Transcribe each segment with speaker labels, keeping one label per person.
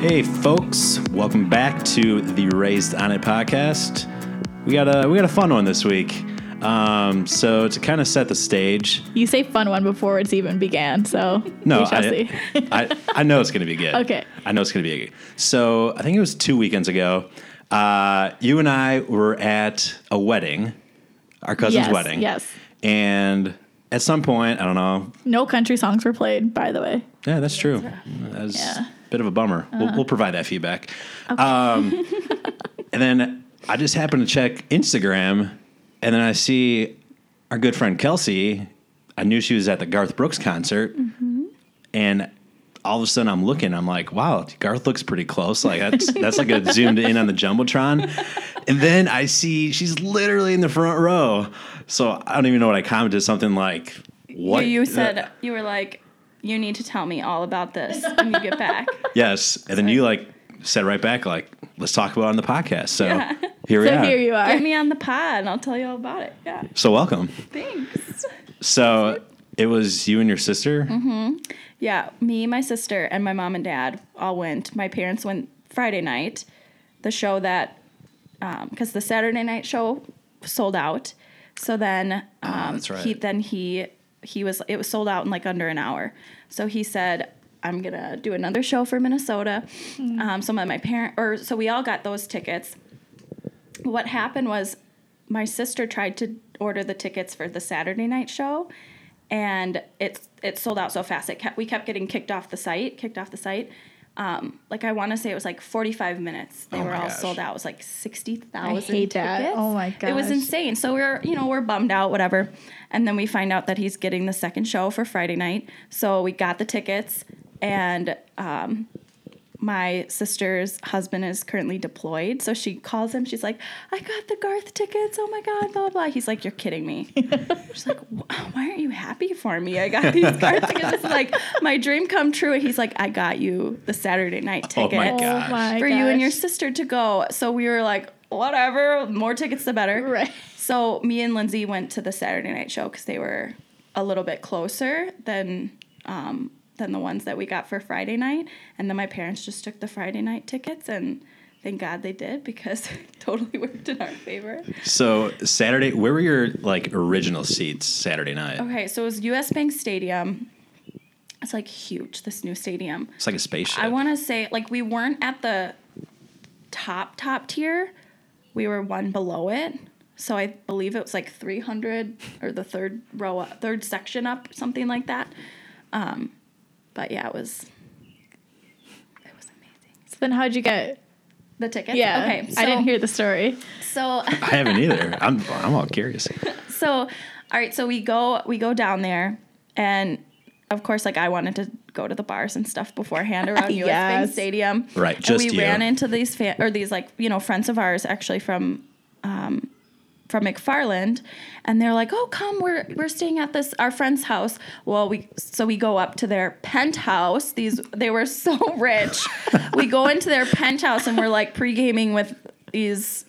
Speaker 1: Hey, folks! Welcome back to the Raised on It podcast. We got a we got a fun one this week. Um, so to kind of set the stage,
Speaker 2: You say fun one before it's even began, so
Speaker 1: no,
Speaker 2: we shall
Speaker 1: I,
Speaker 2: see.
Speaker 1: I I know it's gonna be good.
Speaker 2: Okay.
Speaker 1: I know it's gonna be good. So I think it was two weekends ago. Uh, you and I were at a wedding, our cousin's
Speaker 2: Yes,
Speaker 1: wedding.
Speaker 2: yes.
Speaker 1: And at some point, I don't know.
Speaker 2: no country songs were played, by the way.
Speaker 1: Yeah, that's true. Mm, That's
Speaker 2: Yeah.
Speaker 1: a bit of a bummer. We'll, we'll provide that feedback. Um, and then I just happened to check Instagram, and then I see our good friend Kelsey. I knew she was at the Garth Brooks concert, and all of a sudden I'm looking. I'm like, wow, Garth looks pretty close. Like that's that's like a zoomed in on the jumbotron. And then I see she's literally in the front row. So I don't even know what I commented. Something like, "What
Speaker 3: You, you
Speaker 1: the-
Speaker 3: said you were like, you need to tell me all about this when you get back.
Speaker 1: Yes, and then you like said right back, like, let's talk about it on the podcast. So
Speaker 3: Yeah.
Speaker 1: here we
Speaker 2: So
Speaker 1: are.
Speaker 2: here you are.
Speaker 3: Get me on the pod, and I'll tell you all about it. Yeah,
Speaker 1: so welcome.
Speaker 3: thanks.
Speaker 1: So it was you and your sister.
Speaker 3: Mm-hmm. Yeah, me, my sister, and my mom and dad all went. My parents went Friday night. The show that, because the Saturday night show sold out. So then, um,
Speaker 1: that's right.
Speaker 3: he then he he was it was sold out in like under an hour. So he said, "I'm gonna do another show for Minnesota." Um, so my, my parent or so we all got those tickets. What happened was, my sister tried to order the tickets for the Saturday night show, and it's it sold out so fast. It kept we kept getting kicked off the site, kicked off the site. Um, like I want to say it was like 45 minutes. They
Speaker 1: Oh
Speaker 3: were
Speaker 1: my
Speaker 3: all
Speaker 1: gosh.
Speaker 3: sold out. It was like 60,000
Speaker 2: I hate that.
Speaker 3: tickets.
Speaker 2: Oh my
Speaker 3: It was
Speaker 2: gosh.
Speaker 3: insane. So we are you know, we're bummed out, whatever. And then we find out that he's getting the second show for Friday night. So we got the tickets and um my sister's husband is currently deployed. So she calls him. She's like, I got the Garth tickets. Oh my God, blah, blah, blah. He's like, You're kidding me. She's like, "Wh- Why aren't you happy for me? I got these Garth tickets. This is like my dream come true. And he's like, I got you the Saturday night
Speaker 1: Oh my
Speaker 3: tickets
Speaker 1: God. Gosh.
Speaker 2: Oh my
Speaker 3: for you and your
Speaker 2: gosh.
Speaker 3: sister to go. So we were like, whatever, more tickets the better.
Speaker 2: Right.
Speaker 3: So me and Lindsay went to the Saturday night show because they were a little bit closer than um, than the ones that we got for Friday night. And then my parents just took the Friday night tickets and thank God they did because it totally worked in our favor.
Speaker 1: So Saturday, where were your like original seats Saturday night?
Speaker 3: Okay, so it was US Bank Stadium. It's like huge, this new stadium.
Speaker 1: It's like a spaceship.
Speaker 3: I want to say like we weren't at the top top tier. We were one below it. So I believe it was like 300 or the third row up, third section up, something like that. Um, but yeah, it was it was amazing.
Speaker 2: So then how'd you get?
Speaker 3: The tickets.
Speaker 2: Yeah.
Speaker 3: Okay. So,
Speaker 2: I didn't hear the story.
Speaker 3: So
Speaker 1: I haven't either. I'm I'm all curious.
Speaker 3: so all right so we go we go down there and of course like i wanted to go to the bars and stuff beforehand around us bank
Speaker 2: Yes.
Speaker 3: stadium
Speaker 1: Right,
Speaker 3: and
Speaker 1: just
Speaker 3: we
Speaker 1: you.
Speaker 3: ran into these fan or these like you know friends of ours actually from um from McFarland, and they're like, "Oh, come, we're we're staying at this our friend's house." Well, we so we go up to their penthouse. These they were so rich. we go into their penthouse and we're like pre gaming with these,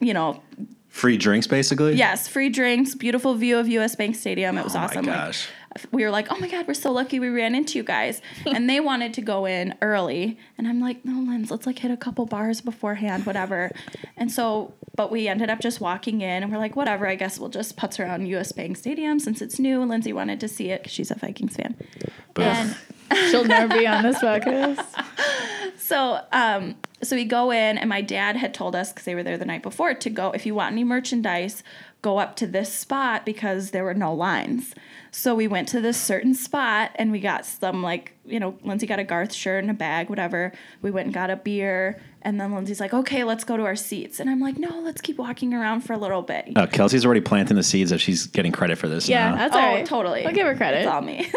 Speaker 3: you know,
Speaker 1: Free drinks, basically.
Speaker 3: Yes, free drinks, beautiful view of US Bank Stadium. It was
Speaker 1: Oh my
Speaker 3: awesome. Like,
Speaker 1: gosh.
Speaker 3: we were like, oh my God, we're so lucky we ran into you guys. and they wanted to go in early. And I'm like, no, Linz, let's like hit a couple bars beforehand, whatever. and so, but we ended up just walking in and we're like, whatever, I guess we'll just putz around US Bank Stadium since it's new. And Lindsay wanted to see it because she's a Vikings fan.
Speaker 1: Boom.
Speaker 3: And
Speaker 2: She'll never be on this podcast.
Speaker 3: So, um, so we go in, and my dad had told us because they were there the night before to go. If you want any merchandise, go up to this spot because there were no lines. So we went to this certain spot, and we got some like you know, Lindsay got a Garth shirt and a bag, whatever. We went and got a beer, and then Lindsay's like, "Okay, let's go to our seats," and I'm like, "No, let's keep walking around for a little bit."
Speaker 1: Oh, Kelsey's already planting the seeds that she's getting credit for this.
Speaker 2: Yeah,
Speaker 1: now.
Speaker 2: that's
Speaker 3: oh,
Speaker 2: all right.
Speaker 3: totally.
Speaker 2: I'll give her credit.
Speaker 3: It's all me.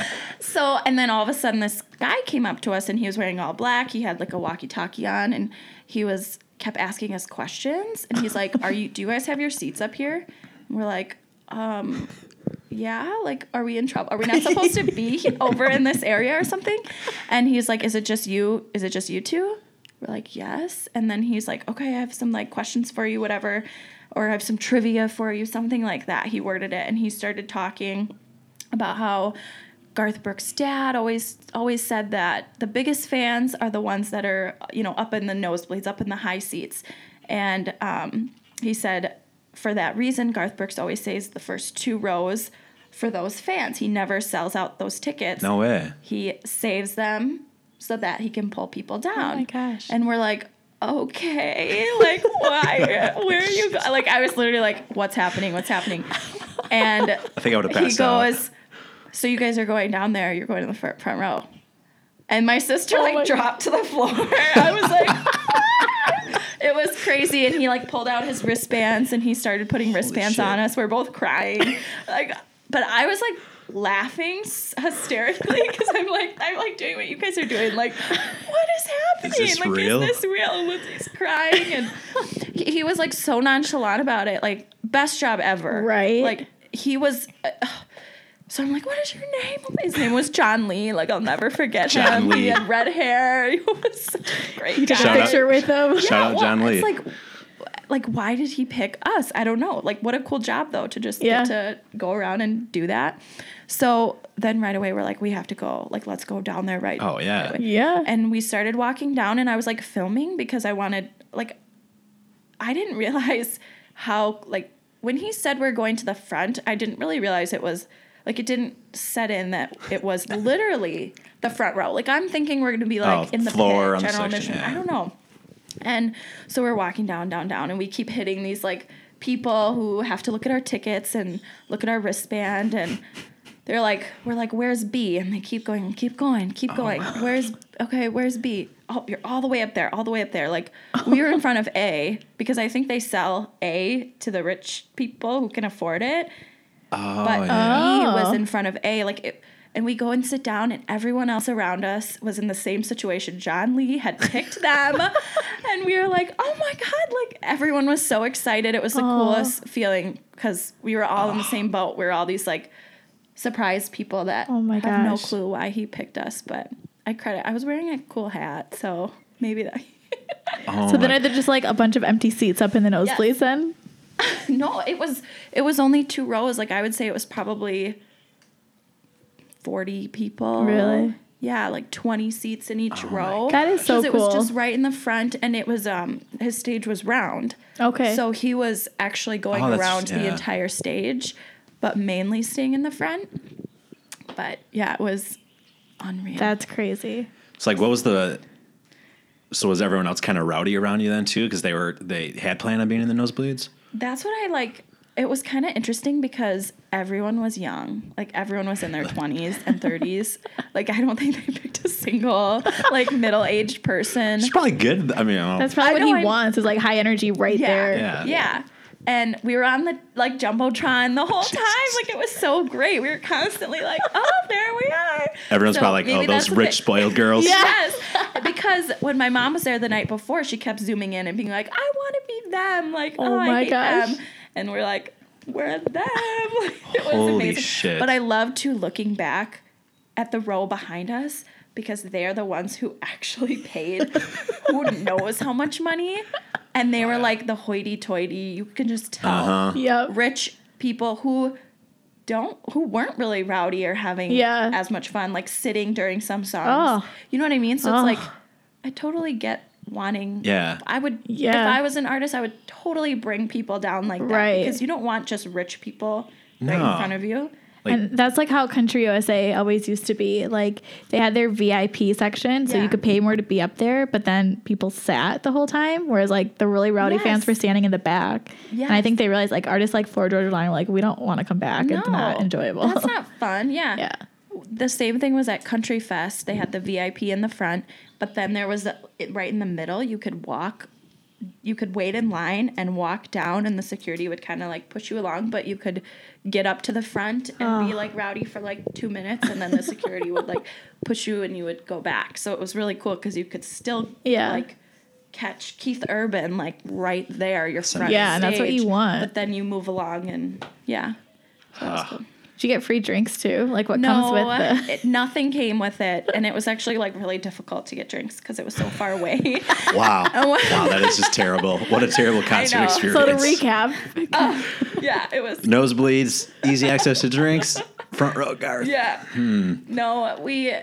Speaker 3: so, and then all of a sudden, this guy came up to us, and he was wearing all black. He had like a walkie-talkie on, and he was kept asking us questions. And he's like, "Are you? Do you guys have your seats up here?" And we're like, "Um, yeah, like, are we in trouble? Are we not supposed to be over in this area or something? And he's like, is it just you? Is it just you two? We're like, yes. And then he's like, okay, I have some like questions for you, whatever, or I have some trivia for you, something like that. He worded it and he started talking about how Garth Brooks' dad always always said that the biggest fans are the ones that are you know up in the nosebleeds, up in the high seats, and um, he said for that reason Garth Brooks always says the first two rows for those fans. He never sells out those tickets.
Speaker 1: No way.
Speaker 3: He saves them so that he can pull people down.
Speaker 2: Oh my gosh.
Speaker 3: And we're like. Okay, like why? Where are you? Go-? Like I was literally like, "What's happening? What's happening?" And
Speaker 1: I think I would have
Speaker 3: he
Speaker 1: passed out.
Speaker 3: goes, So you guys are going down there, you're going to the fir- front row. And my sister like
Speaker 2: my
Speaker 3: dropped to the floor. I was like, it was crazy. And he like pulled out his wristbands and he started putting wristbands
Speaker 1: shit.
Speaker 3: on us. We're both crying. like, but I was like laughing s- hysterically because I'm like, I'm like doing what you guys are doing. Like, what is happening?
Speaker 1: this
Speaker 3: like,
Speaker 1: real?
Speaker 3: is this real? And Lindsay's crying. And he, he was like so nonchalant about it. Like, best job ever.
Speaker 2: Right.
Speaker 3: Like, he was. Uh, so I'm like, what is your name? His name was John Lee. Like I'll never forget
Speaker 1: John
Speaker 3: him.
Speaker 1: Lee.
Speaker 3: He had red hair. He was such a great
Speaker 2: You took
Speaker 1: Shout out-
Speaker 2: a picture with them.
Speaker 1: Shout out John Lee.
Speaker 3: It's like, like why did he pick us? I don't know. Like what a cool job though to just
Speaker 2: Yeah.
Speaker 3: get to go around and do that. So then right away we're like, we have to go. Like let's go down there right.
Speaker 1: Oh, yeah.
Speaker 3: right away.
Speaker 2: Yeah.
Speaker 3: And we started walking down, and I was like filming because I wanted like I didn't realize how like when he said we're going to the front, I didn't really realize it was like it didn't set in that it was literally the front row. Like I'm thinking we're going to be like
Speaker 1: Oh,
Speaker 3: in the
Speaker 1: floor on
Speaker 3: pit,
Speaker 1: the
Speaker 3: general
Speaker 1: section,
Speaker 3: admission.
Speaker 1: yeah.
Speaker 3: I don't know. And so we're walking down, down, down, and we keep hitting these like people who have to look at our tickets and look at our wristband and they're like we're like where's b and they keep going keep going keep going where's okay where's b oh you're all the way up there all the way up there like we were in front of a because i think they sell a to the rich people who can afford it
Speaker 1: oh,
Speaker 3: but
Speaker 1: yeah.
Speaker 3: he
Speaker 2: Oh.
Speaker 3: was in front of A. Like, it, and we go and sit down, and everyone else around us was in the same situation. John Lee had picked them, and we were like, "Oh my god!" Like everyone was so excited. It was the
Speaker 2: Aw.
Speaker 3: coolest feeling because we were all in the same boat. We were all these like surprised people that
Speaker 2: Oh my
Speaker 3: have no
Speaker 2: gosh.
Speaker 3: clue why he picked us. But I credit. I was wearing a cool hat, so maybe that.
Speaker 1: Oh,
Speaker 2: So then
Speaker 1: my-
Speaker 2: are there just like a bunch of empty seats up in the nosebleeds then?
Speaker 3: No, it was it was only two rows. Like I would say it was probably forty people.
Speaker 2: Really?
Speaker 3: Yeah, like twenty seats in
Speaker 1: Oh
Speaker 3: each row.
Speaker 2: That is so
Speaker 3: 'Cause It was
Speaker 2: cool.
Speaker 3: just right in the front, and it was um his stage was round.
Speaker 2: Okay.
Speaker 3: So he was actually going
Speaker 1: Oh, that's-
Speaker 3: around the
Speaker 1: yeah.
Speaker 3: entire stage, but mainly staying in the front. But yeah, it was unreal.
Speaker 2: That's crazy.
Speaker 1: It's like, what was the? So was everyone else kind of rowdy around you then too? Because they were they had planned on being in the nosebleeds.
Speaker 3: That's what I like. It was kind of interesting because everyone was young. Like everyone was in their 20s and 30s. Like I don't think they picked a single like middle-aged person.
Speaker 1: It's probably good. I mean, I don't-
Speaker 2: That's probably
Speaker 3: I
Speaker 2: what
Speaker 3: know
Speaker 2: he
Speaker 3: I'm-
Speaker 2: wants is like high energy right there.
Speaker 1: Yeah.
Speaker 3: Yeah. Yeah. And we were on the like jumbotron the whole time. Like it was so great. We were constantly like, "Oh, there we are."
Speaker 1: everyone's
Speaker 3: So
Speaker 1: probably
Speaker 3: maybe
Speaker 1: like, oh,
Speaker 3: that's
Speaker 1: those
Speaker 3: the
Speaker 1: rich
Speaker 3: thing.
Speaker 1: spoiled girls.
Speaker 3: Yes, because when my mom was there the night before, she kept zooming in and being like, "I want to be them." Like,
Speaker 2: Oh
Speaker 3: oh,
Speaker 2: my
Speaker 3: I hate
Speaker 2: gosh.
Speaker 3: them. And we're like, "We're them." it was
Speaker 1: Holy
Speaker 3: amazing.
Speaker 1: shit.
Speaker 3: But I love too looking back at the row behind us because they're the ones who actually paid, who knows how much money, and they were like the hoity-toity. You can just tell
Speaker 1: Uh-huh.
Speaker 2: Yep.
Speaker 3: rich people who don't who weren't really rowdy or having
Speaker 2: Yeah.
Speaker 3: as much fun like sitting during some songs.
Speaker 2: Oh.
Speaker 3: You know what I mean? So
Speaker 2: Oh.
Speaker 3: it's like I totally get wanting
Speaker 1: Yeah.
Speaker 3: I would
Speaker 2: Yeah.
Speaker 3: if I was an artist I would totally bring people down like that
Speaker 2: Right.
Speaker 3: because you don't want just rich people right
Speaker 1: No.
Speaker 3: in front of you.
Speaker 1: Like-
Speaker 2: and that's like how Country USA always used to be. Like they had their VIP section, so
Speaker 3: Yeah.
Speaker 2: you could pay more to be up there, but then people sat the whole time, whereas like the really rowdy fans
Speaker 3: Yes.
Speaker 2: were standing in the back. And I
Speaker 3: Yes.
Speaker 2: think they realized like artists like Floor Georgia Line were like, we don't want to come back. It's not enjoyable.
Speaker 3: That's not fun. Yeah.
Speaker 2: yeah.
Speaker 3: The same thing was at Country Fest. They had the VIP in the front, but then there was a, it- right in the middle. You could walk, you could wait in line and walk down, and the security would kind of like push you along, but you could get up to the front and be like
Speaker 2: Ah.
Speaker 3: rowdy for like two minutes, and then the security would like push you and you would go back. So it was really cool because you could still
Speaker 2: Yeah.
Speaker 3: like catch Keith Urban like right there, your front
Speaker 2: Yeah, and that's what you
Speaker 3: stage,
Speaker 2: want.
Speaker 3: But then you move along and yeah.
Speaker 1: Huh.
Speaker 2: Did you get free drinks too? Like what comes with the
Speaker 3: it, nothing came with it, and it was actually like really difficult to get drinks because it was so far away.
Speaker 1: Wow.
Speaker 3: And what-
Speaker 1: wow. That is just terrible. What a terrible concert
Speaker 3: know.
Speaker 1: experience.
Speaker 2: So to recap,
Speaker 3: yeah, it was.
Speaker 1: nosebleeds, easy access to drinks, Front row, Garth.
Speaker 3: Yeah. No, we,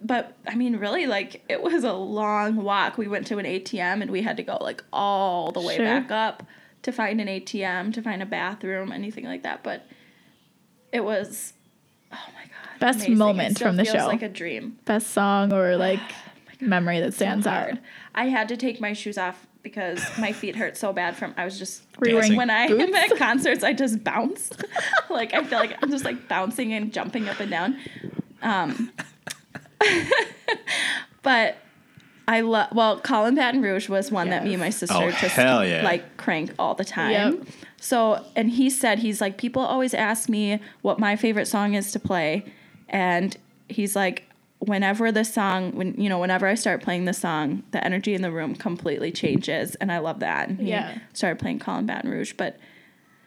Speaker 3: but I mean, really, like it was a long walk. We went to an ATM and we had to go like all the way
Speaker 2: Sure.
Speaker 3: back up to find an ATM, to find a bathroom, anything like that. But it was, oh my god,
Speaker 2: Best
Speaker 3: amazing. It
Speaker 2: moment
Speaker 3: still
Speaker 2: from the
Speaker 3: feels
Speaker 2: show.
Speaker 3: Like a Oh dream.
Speaker 2: Best song or like memory that stands out.
Speaker 3: Hard. I had to take my shoes off because my feet hurt so bad from I was just
Speaker 2: Were you wearing
Speaker 3: when I am
Speaker 2: boots?
Speaker 3: at concerts, I just bounce. like I feel like I'm just like bouncing and jumping up and down. Um, but I love. Well, Colin Baton Rouge was one that me and my sister
Speaker 1: Oh,
Speaker 3: just
Speaker 1: hell yeah.
Speaker 3: like crank all the time.
Speaker 2: Yep.
Speaker 3: So, and he said he's like people always ask me what my favorite song is to play, and he's like whenever this song when you know whenever i start playing this song the energy in the room completely changes and i love that and he
Speaker 2: Yeah.
Speaker 3: started playing colin baton rouge but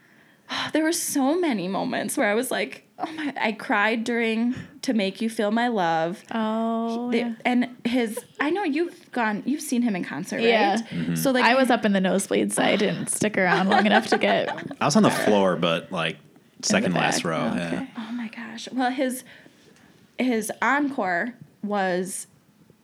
Speaker 3: there were so many moments where I was like, oh my, I cried during To Make You Feel My Love.
Speaker 2: Oh,
Speaker 3: The-
Speaker 2: yeah.
Speaker 3: And his, I know you've gone, you've seen him in concert, right?
Speaker 2: Yeah.
Speaker 1: Mm-hmm.
Speaker 3: So like,
Speaker 2: I was up in the nosebleed, so I didn't stick around long enough to get.
Speaker 1: I was on the floor, but like second last
Speaker 2: back.
Speaker 1: row.
Speaker 2: Oh,
Speaker 1: yeah.
Speaker 2: okay.
Speaker 3: oh my gosh. Well, his, his encore was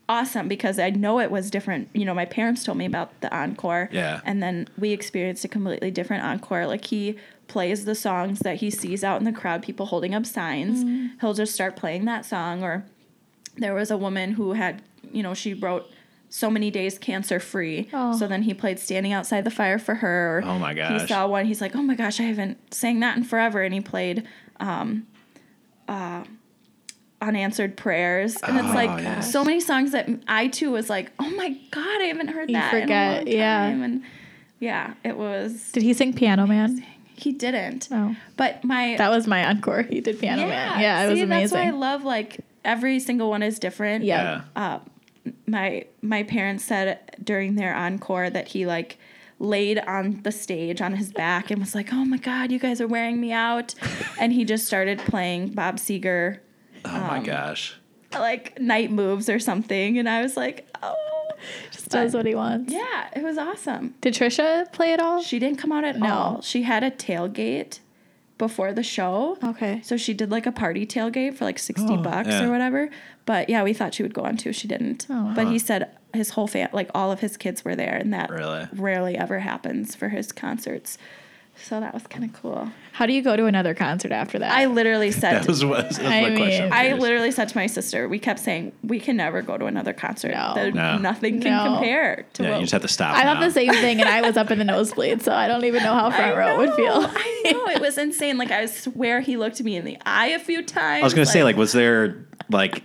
Speaker 3: awesome because I know it was different. You know, my parents told me about the encore.
Speaker 1: Yeah.
Speaker 3: And then we experienced a completely different encore. Like he plays the songs that he sees out in the crowd, people holding up signs. He'll just start playing that song. Or there was a woman who had, you know, she wrote so many days cancer free.
Speaker 2: Oh.
Speaker 3: So then he played Standing Outside the Fire for her. Or
Speaker 1: Oh my
Speaker 3: He
Speaker 1: gosh.
Speaker 3: saw one, he's like, oh my gosh, I haven't sang that in forever. And he played, um, uh, Unanswered prayers, and it's
Speaker 1: Oh,
Speaker 3: like
Speaker 1: yeah.
Speaker 3: so many songs that I too was like, oh my god, I haven't heard
Speaker 2: You
Speaker 3: that.
Speaker 2: forget,
Speaker 3: in a long
Speaker 2: yeah.
Speaker 3: time. and yeah, it was.
Speaker 2: Did he sing Piano Man?
Speaker 3: He didn't,
Speaker 2: Oh,
Speaker 3: but my
Speaker 2: that was my encore. He did Piano Man. Yeah, it was
Speaker 3: see, That's why I
Speaker 2: amazing.
Speaker 3: love like every single one is different.
Speaker 2: Yeah.
Speaker 1: Yeah.
Speaker 3: my my parents said during their encore that he like laid on the stage on his back and was like, "Oh my god, you guys are wearing me out," and he just started playing Bob Seger
Speaker 1: Oh my gosh.
Speaker 3: like night moves or something, and I was like, "Oh,
Speaker 2: Just does what he wants.
Speaker 3: yeah, it was awesome."
Speaker 2: Did Trisha play at all?
Speaker 3: She didn't come out at
Speaker 2: No.
Speaker 3: all. She had a tailgate before the show.
Speaker 2: Okay.
Speaker 3: So she did like a party tailgate for like 60
Speaker 1: Oh,
Speaker 3: bucks
Speaker 1: yeah.
Speaker 3: or whatever. But yeah, we thought she would go on too. She didn't.
Speaker 2: Oh.
Speaker 3: But he said his whole fam, like all of his kids were there, and that
Speaker 1: Really?
Speaker 3: rarely ever happens for his concerts. So that was kind of cool.
Speaker 2: How do you go to another concert after that?
Speaker 3: I literally said,
Speaker 1: That was, that was my
Speaker 2: I
Speaker 1: question.
Speaker 2: mean-
Speaker 1: I'm
Speaker 3: I
Speaker 1: curious.
Speaker 3: literally said to my sister, we kept saying, we can never go to another concert.
Speaker 2: No.
Speaker 3: There-
Speaker 1: No.
Speaker 3: Nothing can
Speaker 2: No.
Speaker 3: compare to
Speaker 1: Yeah,
Speaker 3: what
Speaker 1: you just have to stop.
Speaker 2: I
Speaker 1: now.
Speaker 2: thought the same thing, and I was up in the nosebleed, so I don't even know how front row would feel.
Speaker 3: I know it was insane. Like I swear, he looked me in the eye a few times.
Speaker 1: I was gonna say, like, was there like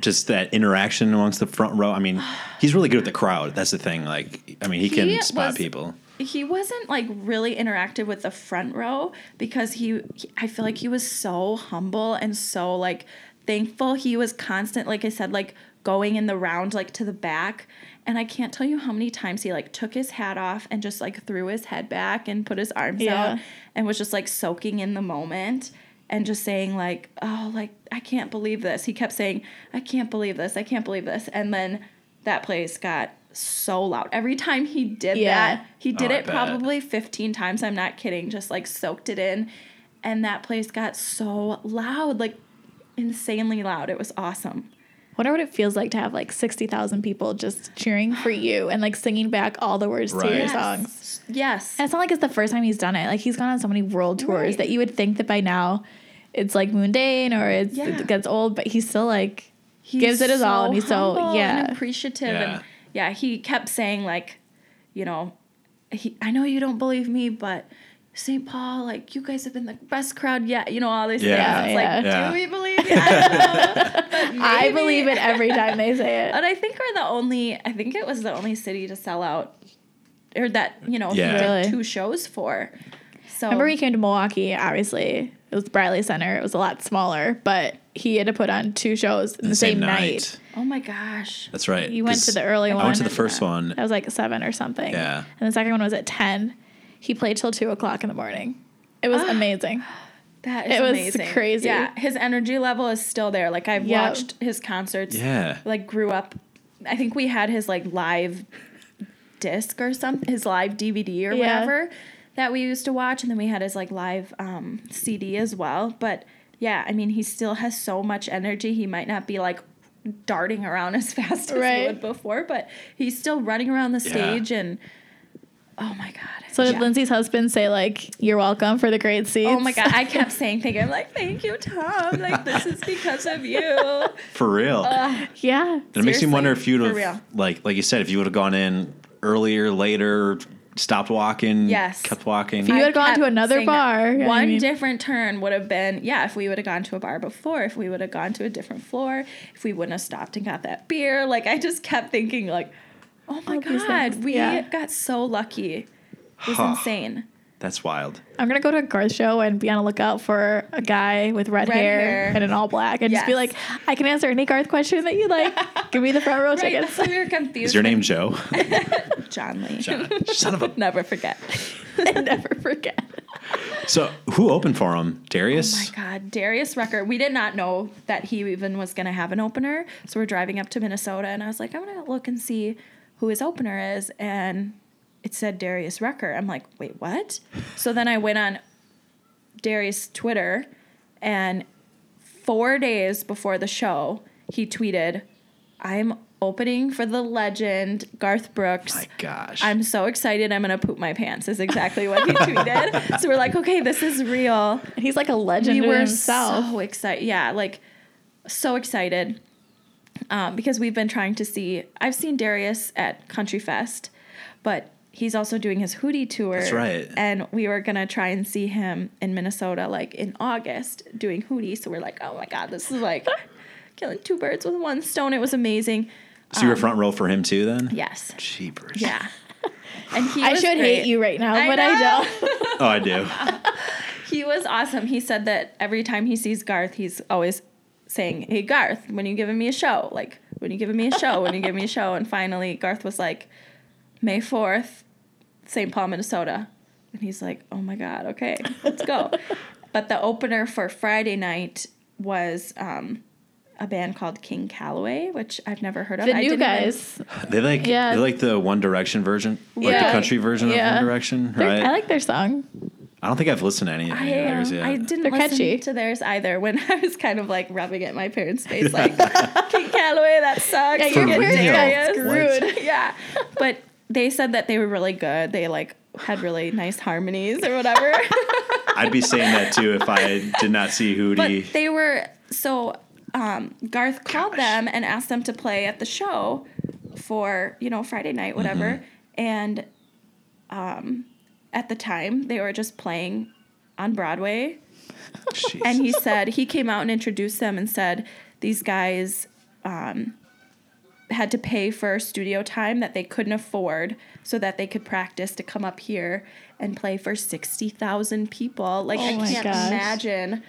Speaker 1: just that interaction amongst the front row? I mean, he's really good with the crowd. That's the thing. Like, I mean, he,
Speaker 3: He
Speaker 1: can spot
Speaker 3: was-
Speaker 1: people.
Speaker 3: he wasn't like really interactive with the front row because he, he- I feel like he was so humble and so like thankful. He was constant, like I said, like going in the round, like to the back. And I can't tell you how many times he like took his hat off and just like threw his head back and put his arms
Speaker 2: Yeah.
Speaker 3: out and was just like soaking in the moment and just saying like, "Oh, like I can't believe this." He kept saying, "I can't believe this. I can't believe this." And then that place got so loud. Every time he did
Speaker 2: Yeah.
Speaker 3: that, he did
Speaker 1: Oh, I
Speaker 3: it
Speaker 1: bet.
Speaker 3: probably 15 times. I'm not kidding. Just like soaked it in. And that place got so loud, like insanely loud. It was awesome.
Speaker 2: Wonder what it feels like to have like sixty thousand people just cheering for you and like singing back all the words to
Speaker 1: Right.
Speaker 2: your
Speaker 1: Yes.
Speaker 2: songs.
Speaker 3: Yes.
Speaker 2: And it's not like it's the first time he's done it. Like he's gone on so many world tours
Speaker 3: Right.
Speaker 2: that you would think that by now it's like mundane or it's,
Speaker 3: Yeah.
Speaker 2: it gets old, but he's still like
Speaker 3: He
Speaker 2: gives it his all and he's so- yeah.
Speaker 3: and appreciative
Speaker 1: Yeah.
Speaker 3: and yeah he kept saying like you know he, i know you don't believe me but st paul like you guys have been the best crowd yet you know all these
Speaker 1: Yeah.
Speaker 3: things it's
Speaker 2: Yeah.
Speaker 3: like
Speaker 1: Yeah.
Speaker 3: do we believe you? I don't know. But
Speaker 2: I
Speaker 3: maybe.
Speaker 2: believe it every time they say it.
Speaker 3: but i think we're the only i think it was the only city to sell out or that you
Speaker 1: Yeah.
Speaker 3: know he did
Speaker 2: Really?
Speaker 3: two shows for so
Speaker 2: Remember we came to Milwaukee, obviously. It was Bradley Center. It was a lot smaller, but he had to put on two shows in the, same, night.
Speaker 3: oh my gosh
Speaker 1: That's right.
Speaker 2: You went
Speaker 1: 'cause
Speaker 2: to the early
Speaker 1: I
Speaker 2: one.
Speaker 1: went to the first one.
Speaker 2: That was like seven or something.
Speaker 1: Yeah.
Speaker 2: And the second one was at ten. He played till two o'clock in the morning. It was amazing.
Speaker 3: That is
Speaker 2: It was
Speaker 3: amazing.
Speaker 2: crazy.
Speaker 3: Yeah, his energy level is still there. Like I've
Speaker 2: Yeah.
Speaker 3: watched his concerts.
Speaker 1: Yeah.
Speaker 3: Like grew up. I think we had his like live disc or something, his live DVD or
Speaker 2: Yeah.
Speaker 3: whatever that we used to watch, and then we had his like live um, CD as well. But yeah, I mean, he still has so much energy. He might not be like darting around as fast as he
Speaker 2: Right.
Speaker 3: would before, but he's still running around the
Speaker 1: Yeah.
Speaker 3: stage and oh my god.
Speaker 2: So did
Speaker 3: Yeah.
Speaker 2: Lindsay's husband say like, "You're welcome for the great seats"?
Speaker 3: Oh my god, I kept saying thank you. I'm like, thank you, Tom. Like this is because of you.
Speaker 1: For real.
Speaker 2: yeah.
Speaker 1: it makes me
Speaker 3: seriously,
Speaker 1: wonder if you'd
Speaker 3: for
Speaker 1: have,
Speaker 3: real.
Speaker 1: like, like you said, if you would have gone in earlier, later, stopped walking,
Speaker 3: Yes.
Speaker 1: kept walking.
Speaker 2: you
Speaker 3: I
Speaker 2: had gone
Speaker 3: kept
Speaker 2: to another
Speaker 3: saying that.
Speaker 2: bar, I
Speaker 3: One
Speaker 2: mean-
Speaker 3: different turn would have been, yeah, if we would have gone to a bar before, if we would have gone to a different floor, if we wouldn't have stopped and got that beer. Like, I just kept thinking, like, oh my
Speaker 2: All these
Speaker 3: God,
Speaker 2: things,
Speaker 3: we
Speaker 2: yeah.
Speaker 3: got so lucky. It was
Speaker 1: Huh.
Speaker 3: insane.
Speaker 1: That's wild.
Speaker 2: I'm gonna go to a Garth show and be on a lookout for a guy with red,
Speaker 3: Red
Speaker 2: hair,
Speaker 3: hair.
Speaker 2: and an all black, and just be
Speaker 3: Yes.
Speaker 2: like, "I can answer any Garth question that you like. Give me the front row
Speaker 3: Right,
Speaker 2: tickets."
Speaker 3: that's why we were confused.
Speaker 1: Is your name Joe?
Speaker 3: John Lee?
Speaker 1: John. Son of a.
Speaker 3: Never forget.
Speaker 2: I never forget.
Speaker 1: So who opened for him?
Speaker 3: My
Speaker 1: Darius?
Speaker 3: God, Darius Rucker. We did not know that he even was going to have an opener. So we're driving up to Minnesota, and I was like, I'm going to look and see who his opener is. And it said Darius Rucker. I'm like, wait, what? So then I went on Darius' Twitter, and four days before the show, he tweeted, I'm opening for the legend Garth Brooks.
Speaker 1: my gosh.
Speaker 3: Oh I'm so excited. I'm going to poop my pants, is exactly what he tweeted. so we're like, okay, this is real
Speaker 2: And he's like a legend
Speaker 3: we
Speaker 2: in
Speaker 3: were
Speaker 2: himself.
Speaker 3: so excited yeah like so excited um, because we've been trying to see i've seen darius at country fest but he's also doing his hootie tour
Speaker 1: That's right.
Speaker 3: and we were gonna try and see him in minnesota like in august doing hootie so we're like oh my god this is like killing two birds with one stone it was amazing
Speaker 1: so you were front row for him too then?
Speaker 3: yes
Speaker 1: Jeepers.
Speaker 3: yeah and he
Speaker 2: I
Speaker 3: was
Speaker 2: should
Speaker 3: great.
Speaker 2: hate you right now,
Speaker 3: I
Speaker 2: but
Speaker 3: know.
Speaker 2: I don't.
Speaker 1: Oh, I do.
Speaker 3: He was awesome. He said that every time he sees Garth, he's always saying, Hey, Garth, when you giving me a show? Like, when you giving me a show? When you giving me a show? And finally, Garth was like, May 4th, St. Paul, Minnesota. And he's like, Oh my God, okay, let's go. but the opener for Friday night was um, a band called King Calloway, which I've never heard of.
Speaker 2: The
Speaker 3: I
Speaker 2: new
Speaker 3: didn't even-
Speaker 2: guys.
Speaker 1: They like
Speaker 2: Yeah.
Speaker 1: they like the One Direction version, like the
Speaker 2: Yeah.
Speaker 1: country version
Speaker 2: Yeah.
Speaker 1: of One Direction,
Speaker 2: They're-
Speaker 1: right?
Speaker 2: I like their song.
Speaker 1: I don't think I've listened to any of
Speaker 3: I,
Speaker 1: theirs yet.
Speaker 3: I didn't
Speaker 2: They're
Speaker 3: listen
Speaker 2: catchy.
Speaker 3: to theirs either when I was kind of like rubbing it in my parents' face, like, Kate Calloway, that sucks.
Speaker 2: Yeah,
Speaker 1: For
Speaker 2: your
Speaker 1: real?
Speaker 2: parents got
Speaker 1: What?
Speaker 2: screwed.
Speaker 3: yeah. But they said that they were really good. They like had really nice harmonies or whatever.
Speaker 1: I'd be saying that too if I did not see
Speaker 3: but
Speaker 1: Hootie.
Speaker 3: they were so um, Garth called them and asked them to play at the show for, you know, Friday night, whatever. And um, at the time they were just playing on Broadway
Speaker 1: Jeez.
Speaker 3: and he said he came out and introduced them and said these guys um, had to pay for studio time that they couldn't afford so that they could practice to come up here and play for 60,000 people like i
Speaker 2: Oh my
Speaker 3: can't
Speaker 2: gosh.
Speaker 3: imagine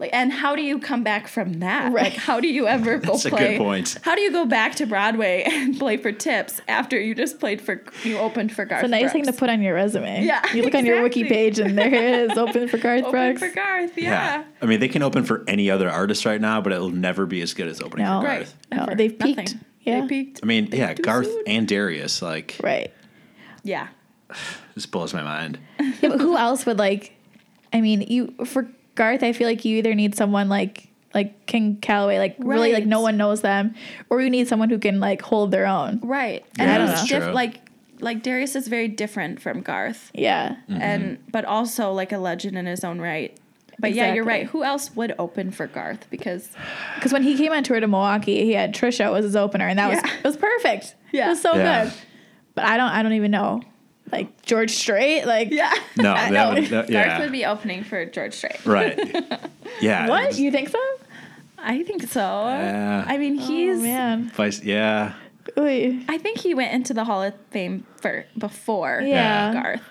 Speaker 3: like and how do you come back from that
Speaker 2: Right.
Speaker 3: like how do you ever go
Speaker 1: That's a good
Speaker 3: play
Speaker 1: point.
Speaker 3: how do you go back to broadway and play for tips after you just played for you opened for Garth
Speaker 2: It's a nice thing to
Speaker 3: Brooks?
Speaker 2: put on your resume.
Speaker 3: Yeah,
Speaker 2: You look on your wiki
Speaker 3: exactly.
Speaker 2: page and there it is, open for Garth
Speaker 3: open
Speaker 2: Brooks.
Speaker 3: for Garth yeah.
Speaker 1: I mean, they can open for any other artist right now, but it'll never be as good as opening
Speaker 2: No.
Speaker 1: for Garth.
Speaker 2: Right.
Speaker 3: Right.
Speaker 2: No,
Speaker 3: Never.
Speaker 2: they've peaked.
Speaker 3: Nothing.
Speaker 2: Yeah.
Speaker 3: They peaked.
Speaker 1: I mean, yeah, Garth
Speaker 3: soon.
Speaker 1: and Darius, like,
Speaker 2: Right.
Speaker 3: Yeah.
Speaker 1: this blows my mind.
Speaker 2: Yeah, but who else would like? I mean, you for Garth, I feel like you either need someone like like King Calloway, like really like
Speaker 3: Right.
Speaker 2: no one knows them, or you need someone who can like hold their own.
Speaker 3: Right.
Speaker 1: Yeah,
Speaker 3: and
Speaker 1: that's
Speaker 3: he's diff-
Speaker 1: true.
Speaker 3: like like Darius is very different from Garth
Speaker 2: Yeah.
Speaker 3: Mm.
Speaker 1: Mm-hmm.
Speaker 3: and but also like a legend in his own right. But yeah, you're
Speaker 2: Exactly.
Speaker 3: right. Who else would open for Garth? Because
Speaker 2: Because when he came on tour to Milwaukee, he had Trisha was his opener, and that was
Speaker 3: Yeah.
Speaker 2: it was perfect.
Speaker 3: Yeah.
Speaker 2: It was so
Speaker 1: Yeah.
Speaker 2: good. But I don't I don't even know. Like George Strait, like
Speaker 3: yeah,
Speaker 1: No, that
Speaker 2: know.
Speaker 1: would, that- yeah.
Speaker 3: Garth would be opening for George Strait.
Speaker 1: right. Yeah.
Speaker 2: what?
Speaker 1: it's-
Speaker 2: You think so?
Speaker 3: I think so.
Speaker 1: Yeah.
Speaker 3: I mean, he's.
Speaker 2: oh man.
Speaker 1: Vice, yeah.
Speaker 2: Ooh.
Speaker 3: I think he went into the Hall of Fame for before
Speaker 2: Yeah.
Speaker 3: Garth.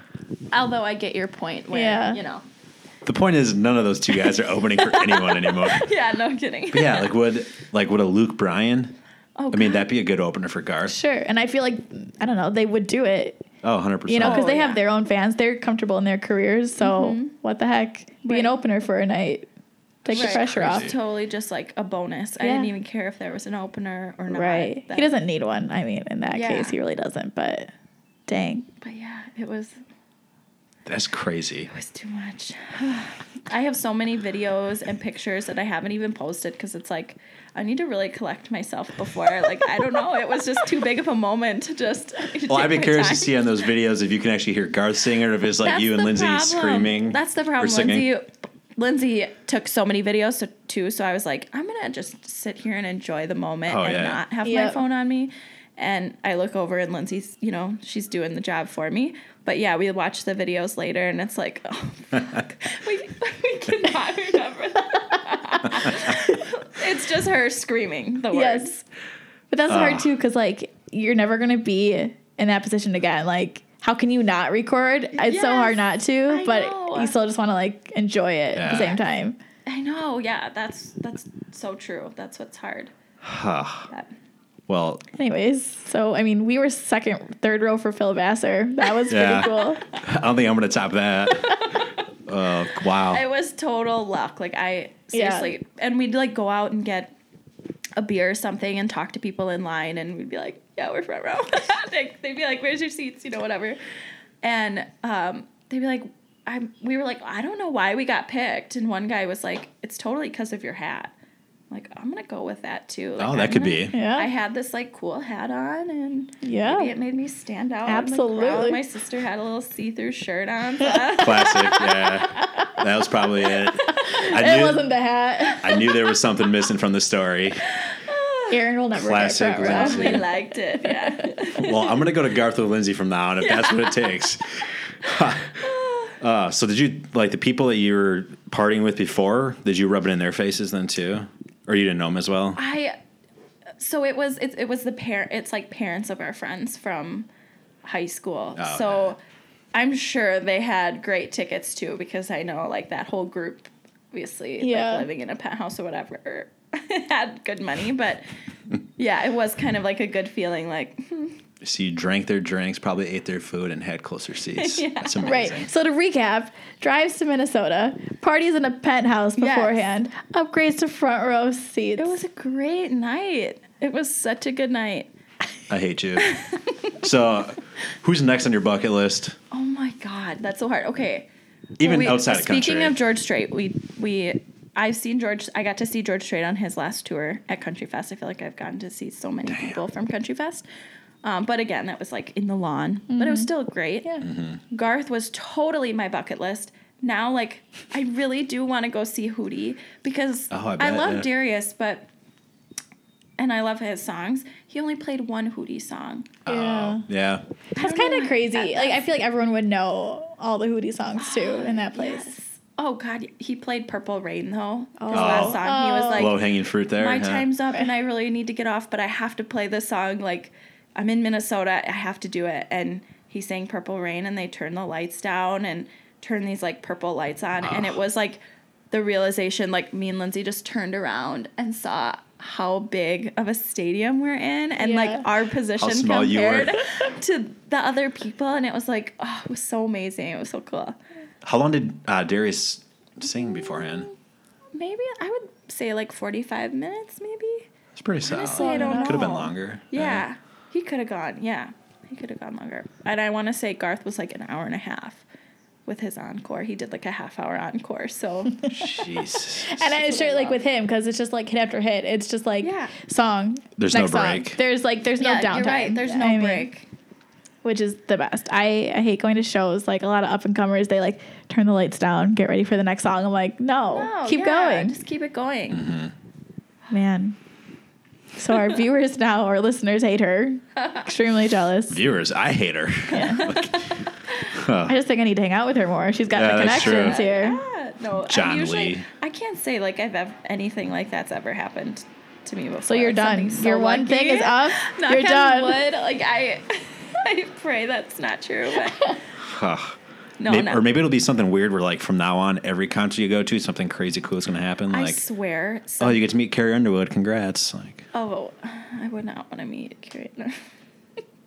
Speaker 3: Although I get your point. Where,
Speaker 2: Yeah.
Speaker 3: You know.
Speaker 1: The point is, none of those two guys are opening for anyone anymore.
Speaker 3: Yeah. No kidding.
Speaker 1: But yeah, like, would like would a Luke Bryan?
Speaker 3: Oh,
Speaker 1: I mean, that'd be a good opener for Garth.
Speaker 2: Sure. And I feel like I don't know, they would do it.
Speaker 1: Oh, 100 percent.
Speaker 2: you know, because
Speaker 3: Oh,
Speaker 2: they
Speaker 3: yeah.
Speaker 2: have their own fans. They're comfortable in their careers. So what the heck? Be an
Speaker 3: Right.
Speaker 2: opener for a night. Take the
Speaker 3: Right.
Speaker 2: pressure off.
Speaker 1: Crazy.
Speaker 3: Totally, just like a bonus. I
Speaker 2: Yeah.
Speaker 3: didn't even care if there was an opener or not.
Speaker 2: Right.
Speaker 3: That-
Speaker 2: He doesn't need one. I mean, in that
Speaker 3: Yeah.
Speaker 2: case, he really doesn't. But dang.
Speaker 3: But yeah, it was
Speaker 1: That's crazy.
Speaker 3: was too much. I have so many videos and pictures that I haven't even posted because it's like I need to really collect myself before. Like I don't know, it was just too big of a moment. To just
Speaker 1: Well, I'd be curious to see on those videos if you can actually hear Garth sing or if it's like you and Lindsay screaming.
Speaker 3: That's the
Speaker 1: or
Speaker 3: problem.
Speaker 1: singing.
Speaker 3: Lindsay, Lindsay took so many videos so, too, so I was like, I'm gonna just sit here and enjoy the moment
Speaker 1: Oh,
Speaker 3: and
Speaker 1: yeah.
Speaker 3: not have my
Speaker 2: Yep.
Speaker 3: phone on me. And I look over and Lindsay's, you know, she's doing the job for me. But yeah, we watch the videos later and it's like, oh, fuck. we, we cannot remember that. it's just her screaming the words.
Speaker 2: Yes. But that's
Speaker 1: Ah.
Speaker 2: hard too, because like you're never gonna be in that position again. Like, how can you not record? It's so hard
Speaker 3: Yes,
Speaker 2: not to,
Speaker 3: I
Speaker 2: but
Speaker 3: know.
Speaker 2: you still just want to like enjoy it at the
Speaker 1: Yeah.
Speaker 2: same time.
Speaker 3: I know. Yeah, that's that's so true. That's what's hard. But-
Speaker 1: Well,
Speaker 2: Anyways, so I mean, we were second, third row for Phil Vassar. That was
Speaker 1: Yeah.
Speaker 2: pretty cool.
Speaker 1: I don't think I'm going to top that. Uh, wow.
Speaker 3: It was total luck. Like I
Speaker 2: Yeah.
Speaker 3: seriously, and we'd like go out and get a beer or something and talk to people in line, and we'd be like, "Yeah, we're front row." like, they'd be like, "Where's your seats?" You know, whatever. And um, they'd be like, "I'm." We were like, "I don't know why we got picked." And one guy was like, "It's totally because of your hat." I'm like, I'm gonna go with that too. Like,
Speaker 1: Oh, that
Speaker 3: I'm
Speaker 1: could
Speaker 3: gonna-
Speaker 1: be.
Speaker 2: Yeah.
Speaker 3: I had this like cool hat on, and
Speaker 2: Yeah.
Speaker 3: maybe it made me stand out. in the crowd.
Speaker 2: Absolutely.
Speaker 3: My sister had a little see-through shirt on. so I
Speaker 1: Classic. Yeah. That was probably it. I
Speaker 2: It
Speaker 1: knew,
Speaker 2: wasn't the hat.
Speaker 1: I knew there was something missing from the story.
Speaker 2: Aaron will never
Speaker 1: Classic
Speaker 2: get front row.
Speaker 1: Lindsay.
Speaker 3: Definitely liked it. Yeah.
Speaker 1: Well, I'm going to go to Garth with Lindsay from now on if that's what it takes. uh, so, did you like the people that you were partying with before? Did you rub it in their faces then too? Or you didn't know them as well?
Speaker 3: I so it was it, it was the parent it's like parents of our friends from high school.
Speaker 1: Oh,
Speaker 3: so I'm sure they had great tickets too because I know like that whole group obviously
Speaker 2: Yeah.
Speaker 3: like living in a penthouse or whatever had good money but yeah it was kind of like a good feeling like
Speaker 1: So you drank their drinks, probably ate their food, and had closer seats. That's amazing.
Speaker 2: Right. So to recap, drives to Minnesota, parties in a penthouse
Speaker 3: Yes.
Speaker 2: beforehand, upgrades to front row seats.
Speaker 3: it was a great night it was such a good night
Speaker 1: I hate you. so, who's next on your bucket list?
Speaker 3: oh my god that's so hard okay
Speaker 1: Even
Speaker 3: Well, we-
Speaker 1: outside of country.
Speaker 3: Speaking of George Strait, we we I've seen George. I got to see George Strait on his last tour at Country Fest. I feel like I've gotten to see so many people from Country Fest. Um, but again, that was like in the lawn, but
Speaker 2: Mm-hmm.
Speaker 3: it was still great.
Speaker 2: Yeah.
Speaker 3: Garth was totally my bucket list. Now, like, I really do want to go see Hootie because
Speaker 1: Oh, I
Speaker 3: I,
Speaker 1: bet,
Speaker 3: love
Speaker 1: yeah.
Speaker 3: Darius, but and I love his songs. He only played one Hootie song.
Speaker 2: yeah.
Speaker 1: Oh, yeah.
Speaker 2: That's
Speaker 3: don't
Speaker 2: kind
Speaker 3: know.
Speaker 2: of crazy. Like I feel like everyone would know all the Hootie songs too in that place.
Speaker 3: Yes. Oh God, he played "Purple Rain" though. His last
Speaker 1: Oh.
Speaker 3: song, he was
Speaker 2: Oh.
Speaker 3: like,
Speaker 1: Low hanging fruit there.
Speaker 3: my
Speaker 1: huh?
Speaker 3: time's up and I really need to get off, but I have to play this song. Like, I'm in Minnesota, I have to do it. And he sang Purple Rain, and they turned the lights down and turned these like purple lights on. And it was like the realization like, me and Lindsay just turned around and saw how big of a stadium we're in and
Speaker 2: Yeah.
Speaker 3: like our position
Speaker 1: small you were.
Speaker 3: compared to the other people. And it was like, oh, it was so amazing. It was so cool.
Speaker 1: How long did uh, Darius sing beforehand?
Speaker 3: Maybe I would say like 45 minutes, maybe.
Speaker 1: It's pretty solid.
Speaker 3: Honestly, I don't know.
Speaker 1: Could have Oh, been longer.
Speaker 3: Yeah. He could have gone. Yeah. He could have gone longer. And I want to say Garth was like an hour and a half with his encore. He did like a half hour encore. So
Speaker 1: Jesus.
Speaker 2: And I'm sure, like with him, because it's just like hit after hit. It's just like
Speaker 3: Yeah.
Speaker 2: song.
Speaker 1: There's no
Speaker 2: next song.
Speaker 1: break.
Speaker 2: There's like there's no downtime.
Speaker 3: You're right. There's no
Speaker 2: I mean,
Speaker 3: break.
Speaker 2: which is the best. I, I hate going to shows. Like a lot of up and comers, they like turn the lights down, get ready for the next song. I'm like, no,
Speaker 3: No,
Speaker 2: keep
Speaker 3: yeah,
Speaker 2: going, Mm-hmm.
Speaker 3: Just keep it going.
Speaker 2: man. So our viewers now, our listeners hate her. Extremely jealous.
Speaker 1: Viewers, I hate her.
Speaker 2: I just think I need to hang out with her more. She's got
Speaker 1: Yeah,
Speaker 2: the
Speaker 1: that's true.
Speaker 2: connections here.
Speaker 3: Yeah. No, I
Speaker 1: John
Speaker 3: usually,
Speaker 1: Lee.
Speaker 3: I can't say like I've ever anything like that's ever happened to me before.
Speaker 2: So you're done.
Speaker 3: Something so
Speaker 2: Your one
Speaker 3: lucky.
Speaker 2: thing is up.
Speaker 3: Knock
Speaker 2: you're
Speaker 3: on
Speaker 2: done.
Speaker 3: wood. Like I I pray that's not true, but
Speaker 1: Huh.
Speaker 3: no,
Speaker 1: May-
Speaker 3: no.
Speaker 1: Or maybe it'll be something weird where, like, from now on, every concert you go to, something crazy cool is going to happen.
Speaker 3: I
Speaker 1: Like,
Speaker 3: swear.
Speaker 1: oh, you get to meet Carrie Underwood. Congrats. Like,
Speaker 3: Oh, I would not want to meet Carrie. No.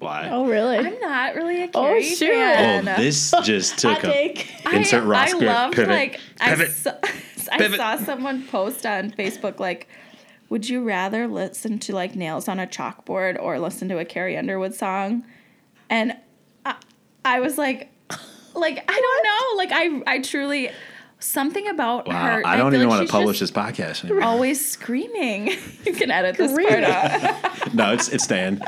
Speaker 1: why?
Speaker 2: Oh really?
Speaker 3: I'm not really a
Speaker 2: Oh,
Speaker 3: Carrie
Speaker 2: shoot.
Speaker 1: Oh,
Speaker 3: fan.
Speaker 1: this just
Speaker 2: Hot
Speaker 1: took a
Speaker 2: take.
Speaker 1: insert
Speaker 3: I,
Speaker 1: Ross
Speaker 3: I
Speaker 1: Pivot,
Speaker 3: loved
Speaker 1: pivot,
Speaker 3: like I
Speaker 1: pivot.
Speaker 3: saw, I
Speaker 1: Pivot.
Speaker 3: saw someone post on Facebook like, would you rather listen to like nails on a chalkboard or listen to a Carrie Underwood song? And I, I was like, Like I don't know. Like I I truly something about
Speaker 1: Wow,
Speaker 3: her.
Speaker 1: I don't
Speaker 3: feel
Speaker 1: even
Speaker 3: like
Speaker 1: want
Speaker 3: she's
Speaker 1: to publish
Speaker 3: just
Speaker 1: this podcast anymore.
Speaker 3: Always screaming. you can edit this part
Speaker 2: Screaming.
Speaker 3: out.
Speaker 1: no, it's it's Dan.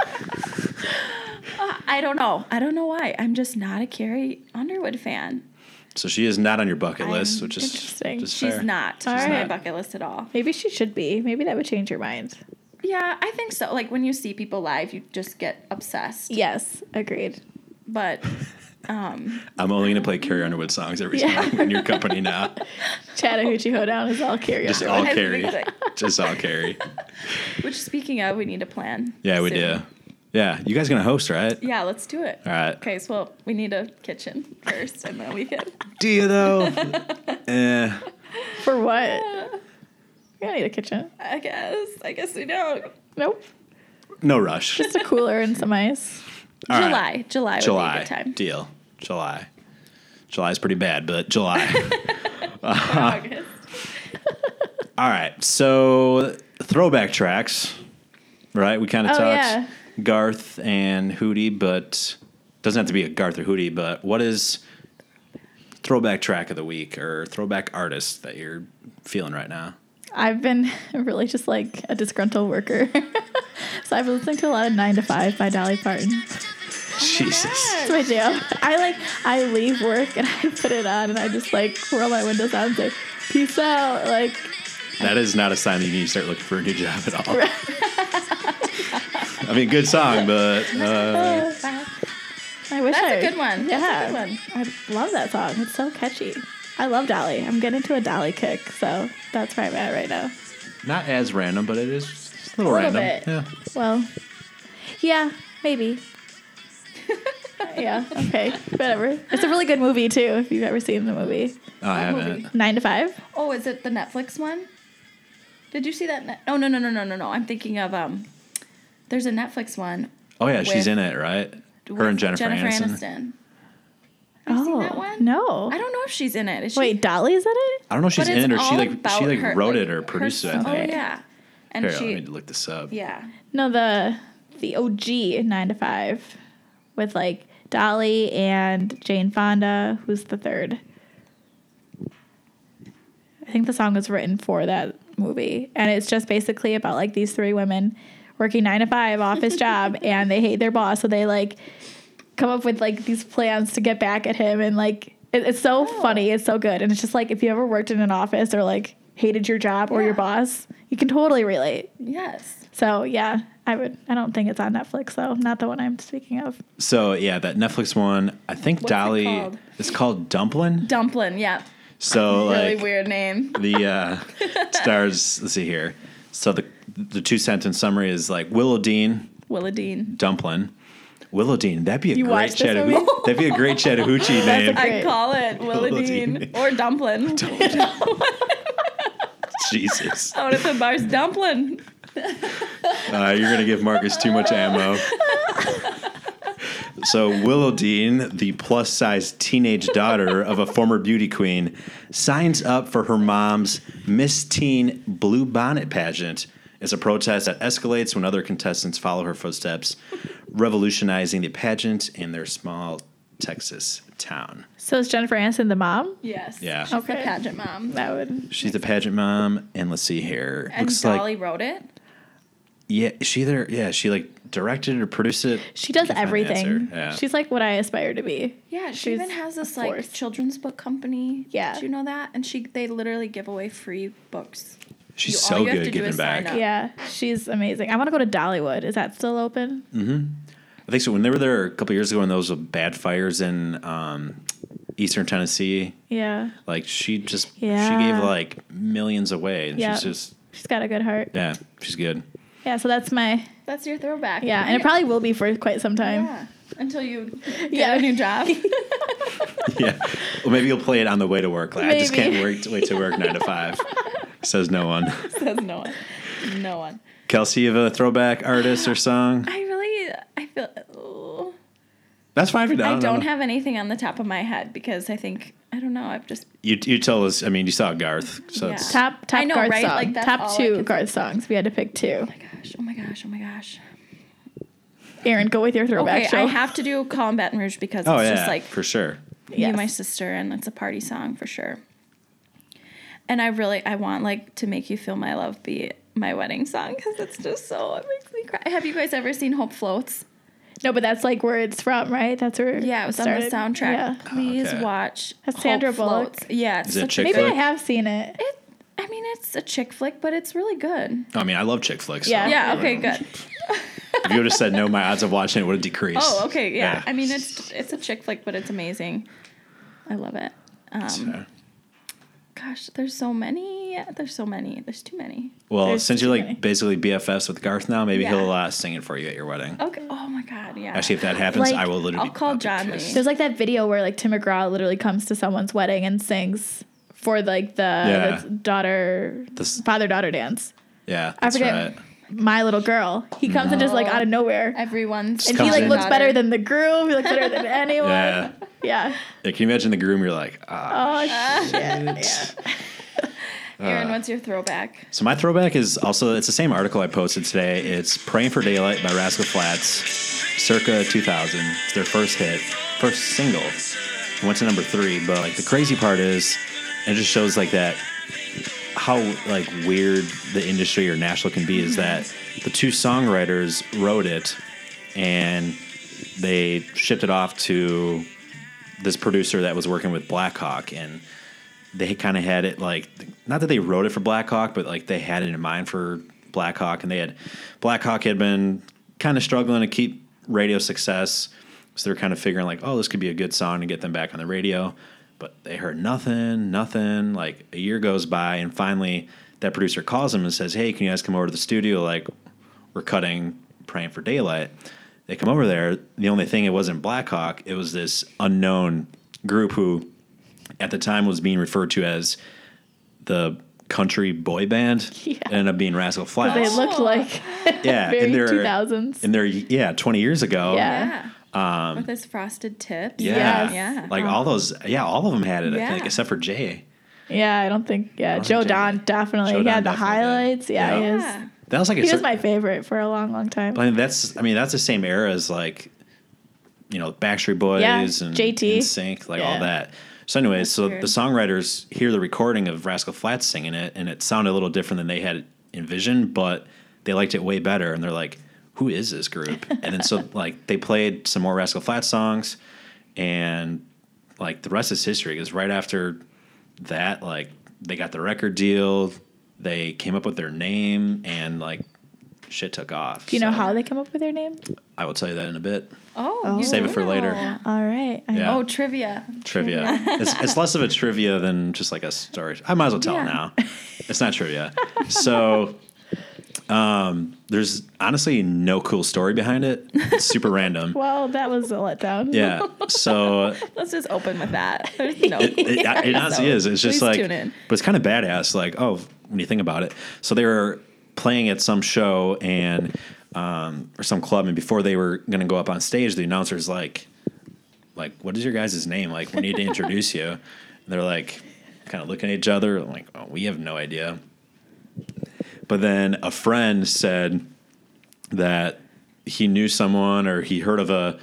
Speaker 3: I don't know. I don't know why. I'm just not a Carrie Underwood fan.
Speaker 1: So she is not on your bucket list,
Speaker 3: I'm
Speaker 1: which is
Speaker 2: interesting.
Speaker 1: just
Speaker 3: She's
Speaker 1: fair.
Speaker 3: not. She's
Speaker 2: All
Speaker 3: not
Speaker 2: right.
Speaker 3: a bucket list at all.
Speaker 2: Maybe she should be. Maybe that would change your mind.
Speaker 3: Yeah, I think so. Like when you see people live, you just get obsessed.
Speaker 2: Yes, agreed.
Speaker 3: But
Speaker 1: I'm only gonna play Carrie Underwood songs every
Speaker 2: Yeah.
Speaker 1: time in your company now.
Speaker 2: Chattahoochee Hoedown is all carry
Speaker 1: Just
Speaker 2: on.
Speaker 1: all
Speaker 3: I think
Speaker 1: Carrie.
Speaker 3: that-
Speaker 1: Just all Carrie.
Speaker 3: which speaking of, we need a plan.
Speaker 1: Yeah, we
Speaker 3: soon.
Speaker 1: do. Yeah, you guys gonna host, right?
Speaker 3: Yeah, let's do it.
Speaker 1: All right.
Speaker 3: Okay, so well, we need a kitchen first, and then we can.
Speaker 1: Do you though? eh.
Speaker 2: For what? We don't need a kitchen.
Speaker 3: I guess. I guess we don't.
Speaker 2: Nope.
Speaker 1: No rush.
Speaker 2: Just a cooler and some ice.
Speaker 1: All right.
Speaker 3: July. July. Would be a
Speaker 1: July.
Speaker 3: good time.
Speaker 1: Deal. July. July's pretty bad, but July. Uh,
Speaker 3: August.
Speaker 1: All right. So throwback tracks, right? We kind of
Speaker 2: Oh,
Speaker 1: talked
Speaker 2: yeah.
Speaker 1: Garth and Hootie, but doesn't have to be a Garth or Hootie, but what is throwback track of the week or throwback artist that you're feeling right now?
Speaker 2: I've been really just like a disgruntled worker. so I've been listening to a lot of 9 to 5 by Dolly Parton.
Speaker 3: Oh,
Speaker 1: Jesus.
Speaker 2: That's my jam. I like, I leave work and I put it on and I just like roll my windows down and say, peace out. Like,
Speaker 1: That is not a sign that you need to start looking for a new job at all. I mean, good song, but uh,
Speaker 2: I wish
Speaker 3: That's a
Speaker 2: I-
Speaker 3: good one.
Speaker 2: Yeah.
Speaker 3: That's a good
Speaker 2: I love that song. It's so catchy. I love Dolly. I'm getting to a Dolly kick, so that's where I'm at right now.
Speaker 1: not as random, but it is a little,
Speaker 2: A little bit.
Speaker 1: random.
Speaker 2: Well, yeah, maybe. yeah, okay, whatever. It's a really good movie, too, if you've ever seen the movie.
Speaker 1: Yeah. Oh, I haven't.
Speaker 3: movie?
Speaker 2: Nine to Five?
Speaker 3: Oh, is it the Netflix one? Did you see that? Net- oh no no no no no no! I'm thinking of um. There's a Netflix one.
Speaker 1: Oh, yeah, she's
Speaker 3: With-
Speaker 1: in it, right? Her and
Speaker 3: with
Speaker 1: Jennifer, Aniston.
Speaker 3: Have you seen that one?
Speaker 2: Oh, No.
Speaker 3: I don't know if she's in it. Is she?
Speaker 2: Wait, Dolly's in it?
Speaker 1: I don't know if she's
Speaker 3: But it's
Speaker 1: in it or she
Speaker 3: all
Speaker 1: like
Speaker 3: about
Speaker 1: she like
Speaker 3: her,
Speaker 1: wrote
Speaker 3: like,
Speaker 1: it or
Speaker 3: her
Speaker 1: produced it. I
Speaker 3: son-
Speaker 1: think.
Speaker 3: Oh yeah, and
Speaker 1: Here,
Speaker 3: she.
Speaker 1: let me look this up.
Speaker 3: yeah.
Speaker 2: No, the the OG Nine to Five with like Dolly and Jane Fonda. Who's the third? I think the song was written for that movie, and it's just basically about like these three women working nine to five office job, and they hate their boss, so they like come up with like these plans to get back at him, and like it, it's so funny, it's so good, and it's just like if you ever worked in an office or like hated your job or
Speaker 3: Yeah.
Speaker 2: your boss, you can totally relate.
Speaker 3: Yes.
Speaker 2: So yeah, I would. I don't think it's on Netflix though. Not the one I'm speaking of.
Speaker 1: So yeah, that Netflix one. I think
Speaker 3: What's it
Speaker 1: Dolly.
Speaker 3: called?
Speaker 1: It's called Dumplin.
Speaker 3: Dumplin. Yeah.
Speaker 1: So
Speaker 3: Really
Speaker 1: like
Speaker 3: weird name.
Speaker 1: the uh, stars. Let's see here. So the the two sentence summary is like Willow Dean
Speaker 3: Willa Dean.
Speaker 1: Dumplin. Willow Dean. That'd be a
Speaker 2: You
Speaker 1: great
Speaker 2: watched this movie?
Speaker 1: Chattahoochee. That'd be a great Chattahoochee name.
Speaker 2: That's
Speaker 3: I
Speaker 2: Great.
Speaker 3: call it Willa
Speaker 1: Willa
Speaker 3: Dean
Speaker 1: Dean.
Speaker 3: or Dumplin.
Speaker 1: Jesus,
Speaker 3: Out at the bar's Dumplin.
Speaker 1: uh, you're gonna give Marcus too much ammo. So Willow Dean, the plus size teenage daughter of a former beauty queen, signs up for her mom's Miss Teen Blue Bonnet pageant. It's a protest that escalates when other contestants follow her footsteps, revolutionizing the pageant in their small Texas town.
Speaker 2: So is Jennifer Aniston the mom?
Speaker 3: Yes.
Speaker 1: Yeah.
Speaker 3: She's okay.
Speaker 2: Okay.
Speaker 3: pageant mom.
Speaker 2: That would.
Speaker 1: She's the pageant mom, and let's see here.
Speaker 3: And
Speaker 1: Looks
Speaker 3: Dolly
Speaker 1: like
Speaker 3: wrote it.
Speaker 1: yeah, she either yeah she like directed or produced it.
Speaker 2: She does
Speaker 1: Can't find the
Speaker 2: everything.
Speaker 1: answer. Yeah.
Speaker 2: She's like what I aspire to be.
Speaker 3: Yeah, she
Speaker 2: She's
Speaker 3: even has this
Speaker 2: a
Speaker 3: like
Speaker 2: force.
Speaker 3: children's book company.
Speaker 2: Yeah.
Speaker 3: Do you know that? And she they literally give away free books.
Speaker 1: She's
Speaker 3: You-
Speaker 1: so
Speaker 3: all you have to
Speaker 1: good
Speaker 3: do
Speaker 1: giving
Speaker 3: is sign
Speaker 1: back.
Speaker 3: up.
Speaker 2: Yeah, she's amazing. I want to go to Dollywood. Is that still open?
Speaker 1: I think so. When they were there a couple years ago, and those bad fires in um, eastern Tennessee,
Speaker 2: Yeah,
Speaker 1: like she just
Speaker 2: Yeah.
Speaker 1: she gave like millions away, and
Speaker 2: Yeah.
Speaker 1: she's just
Speaker 2: she's got a good heart. Yeah.
Speaker 1: yeah, she's good.
Speaker 2: so that's my
Speaker 3: That's your throwback.
Speaker 2: yeah, and it probably will be for quite some time.
Speaker 3: Yeah. Until you get
Speaker 2: Yeah.
Speaker 3: a new job.
Speaker 1: Yeah, well, maybe you'll play it on the way to work. Like I just
Speaker 2: Maybe.
Speaker 1: can't wait wait to work nine to five. Says no one.
Speaker 3: Says no one. No one.
Speaker 1: Kelsey, you have a throwback artist or song?
Speaker 3: I really I feel oh.
Speaker 1: That's fine if you don't.
Speaker 3: I don't
Speaker 1: know.
Speaker 3: have anything on the top of my head because I think I don't know. I've just
Speaker 1: You you told us. I mean, you saw Garth, so
Speaker 3: Yeah.
Speaker 1: it's,
Speaker 2: Top top
Speaker 3: I know,
Speaker 2: Garth
Speaker 3: right?
Speaker 2: song.
Speaker 3: Like, that's all
Speaker 2: top
Speaker 3: I
Speaker 2: two
Speaker 3: can-
Speaker 2: Garth songs. We had to pick two.
Speaker 3: oh my gosh, oh my gosh, oh my gosh.
Speaker 2: Aaron, go with your throwback
Speaker 3: Okay,
Speaker 2: show.
Speaker 3: I have to do Call in Baton Rouge because
Speaker 1: oh
Speaker 3: it's
Speaker 1: yeah,
Speaker 3: just like
Speaker 1: for sure.
Speaker 2: Yes.
Speaker 3: you my sister and it's a party song for sure and i really i want like to make you feel my love be my wedding song because it's just so it makes me cry have you guys ever seen hope floats
Speaker 2: No, but that's like where it's from, right? That's where
Speaker 3: yeah it was
Speaker 2: started.
Speaker 3: on the soundtrack
Speaker 2: Yeah.
Speaker 3: please
Speaker 1: Oh, Okay.
Speaker 3: watch
Speaker 2: That's Sandra Bullock.
Speaker 3: yeah it's
Speaker 1: Is it
Speaker 3: such
Speaker 1: chick
Speaker 3: a
Speaker 2: Maybe
Speaker 1: flick?
Speaker 2: I have seen it.
Speaker 3: it, i mean it's a chick flick but it's really good
Speaker 1: I mean, I love chick flicks. so
Speaker 2: Yeah.
Speaker 3: yeah okay good
Speaker 1: If you would have said no, my odds of watching it would have decreased.
Speaker 3: oh okay yeah.
Speaker 1: Yeah.
Speaker 3: i mean it's it's a chick flick but it's amazing i love it um,
Speaker 1: So-
Speaker 3: gosh there's so many there's so many there's too many
Speaker 1: well,
Speaker 2: there's
Speaker 1: since you're
Speaker 2: too
Speaker 1: like
Speaker 2: many.
Speaker 1: basically BFFs with Garth now, maybe
Speaker 3: Yeah.
Speaker 1: he'll uh, sing it for you at your wedding.
Speaker 3: Okay. Oh my God. Yeah.
Speaker 1: Actually, if that happens,
Speaker 2: Like,
Speaker 1: I will literally.
Speaker 3: I'll call
Speaker 1: be
Speaker 3: John Lee.
Speaker 1: pissed.
Speaker 2: There's like that video where like Tim McGraw literally comes to someone's wedding and sings for like the,
Speaker 1: Yeah.
Speaker 2: the daughter
Speaker 1: This-
Speaker 2: father daughter dance.
Speaker 1: Yeah, that's right.
Speaker 2: forget- My little girl. He comes and just like out of nowhere.
Speaker 3: everyone's
Speaker 2: and he
Speaker 1: comes
Speaker 2: like
Speaker 1: in.
Speaker 2: looks better than the groom. He looks better than anyone.
Speaker 1: Yeah.
Speaker 2: Yeah.
Speaker 1: yeah. Can you imagine the groom? You're like, ah.
Speaker 2: Oh shit.
Speaker 1: Uh,
Speaker 3: Aaron. What's your throwback?
Speaker 1: So my throwback is also it's the same article I posted today. It's "Praying for Daylight" by Rascal Flats, circa 2000. It's their first hit, first single. It went to number three. But like the crazy part is, it just shows like that how like weird the industry or national can be is that the two songwriters wrote it and they shipped it off to this producer that was working with Blackhawk and they kind of had it like not that they wrote it for Blackhawk but like they had it in mind for Blackhawk and they had Blackhawk had been kind of struggling to keep radio success so they're kind of figuring like oh this could be a good song to get them back on the radio but they heard nothing nothing like a year goes by and finally that producer calls them and says hey can you guys come over to the studio like we're cutting praying for daylight they come over there the only thing it wasn't blackhawk it was this unknown group who at the time was being referred to as the country boy band
Speaker 2: Yeah.
Speaker 1: It ended up being rascal flats
Speaker 2: They looked like
Speaker 1: yeah
Speaker 2: very
Speaker 1: in their
Speaker 2: 2000s.
Speaker 1: in their yeah 20 years ago
Speaker 2: Yeah.
Speaker 3: Yeah. With his frosted tips.
Speaker 1: Um, yeah
Speaker 2: Yes.
Speaker 3: Yeah.
Speaker 1: like all those yeah all of them had it i think
Speaker 3: Yeah.
Speaker 1: except for jay
Speaker 2: Yeah, I don't think yeah,
Speaker 1: don't
Speaker 2: Joe
Speaker 1: think Jamie-
Speaker 2: Don definitely
Speaker 1: Joe
Speaker 2: he
Speaker 1: Don
Speaker 2: had the
Speaker 1: definitely did.
Speaker 2: highlights. Yeah,
Speaker 1: Yeah.
Speaker 2: he
Speaker 3: Yeah.
Speaker 2: is.
Speaker 1: that was like a
Speaker 2: He was
Speaker 1: cer-
Speaker 2: my favorite for a long, long time.
Speaker 1: I mean, that's I mean that's the same era as like you know Backstreet Boys
Speaker 2: Yeah,
Speaker 1: and
Speaker 2: JT.
Speaker 1: Sync, like all
Speaker 2: Yeah.
Speaker 1: that. So, anyways, so
Speaker 3: weird.
Speaker 1: the songwriters hear the recording of Rascal Flatts singing it, and it sounded a little different than they had envisioned, but they liked it way better, and they're like, "Who is this group?" and then so like they played some more Rascal Flatts songs, and like the rest is history. Because right after that, like they got the record deal, they came up with their name, and like shit took off.
Speaker 2: Do you know
Speaker 1: So-
Speaker 2: how they come up with their name?
Speaker 1: I will tell you that in a bit.
Speaker 3: Oh.
Speaker 2: Oh.
Speaker 3: you
Speaker 1: Save it for
Speaker 3: know.
Speaker 1: later.
Speaker 2: All right. I
Speaker 1: Yeah.
Speaker 3: Oh, trivia.
Speaker 1: Trivia. it's, it's less of a trivia than just like a story. I might as well tell it
Speaker 3: Yeah.
Speaker 1: now. It's not trivia. So um, there's honestly no cool story behind it. It's super random.
Speaker 2: Well, that was a letdown.
Speaker 1: Yeah. So
Speaker 3: Let's just open with that. There's no.
Speaker 1: it, it honestly
Speaker 3: So,
Speaker 1: is. It's just
Speaker 3: please
Speaker 1: like,
Speaker 3: tune in.
Speaker 1: but it's kind of badass. Like, oh, when you think about it. So they were playing at some show and um, or some club, and before they were going to go up on stage, the announcer's like, like, what is your guys' name? Like, we need to introduce you. And they're like, kind of looking at each other, like, oh, we have no idea. But then a friend said that he knew someone or he heard of a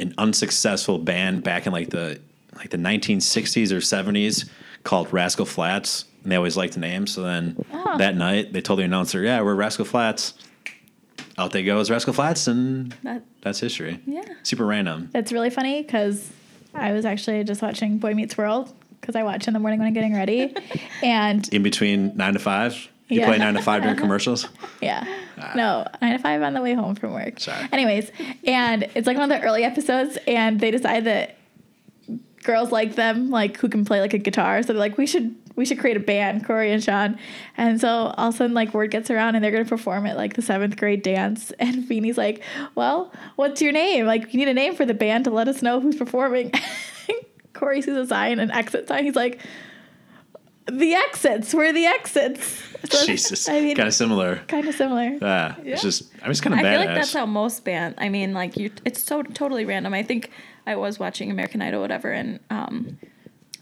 Speaker 1: an unsuccessful band back in like the like the 1960s or 70s called Rascal Flats and they always liked the name so then
Speaker 3: Oh.
Speaker 1: that night they told the announcer yeah we're Rascal Flats out they go as Rascal Flats and
Speaker 3: That,
Speaker 1: that's history
Speaker 3: Yeah.
Speaker 1: super random
Speaker 2: That's really funny because I was actually just watching Boy Meets World because I watch in the morning when I'm getting ready. and
Speaker 1: in between 9 to 5 you
Speaker 2: Yeah.
Speaker 1: play 9 to 5 during commercials
Speaker 2: Yeah. No, nine to five on the way home from work.
Speaker 1: Ah. Sorry.
Speaker 2: Anyways, and it's like one of the early episodes, and they decide that girls like them, like who can play like a guitar. So they're like, we should we should create a band, Corey and Sean. And so all of a sudden, like word gets around, and they're gonna perform at like the seventh grade dance. And Feeney's like, well, what's your name? Like, you need a name for the band to let us know who's performing. Corey sees a sign, an exit sign. He's like. The exits. We're the exits. So,
Speaker 1: Jesus
Speaker 2: I mean,
Speaker 1: kind of similar
Speaker 2: kind of similar.
Speaker 1: yeah, it's just I mean it's kind of
Speaker 3: I
Speaker 1: badass
Speaker 3: feel like that's how most band. I mean, like you, it's so totally random. I think I was watching American Idol, whatever, and um,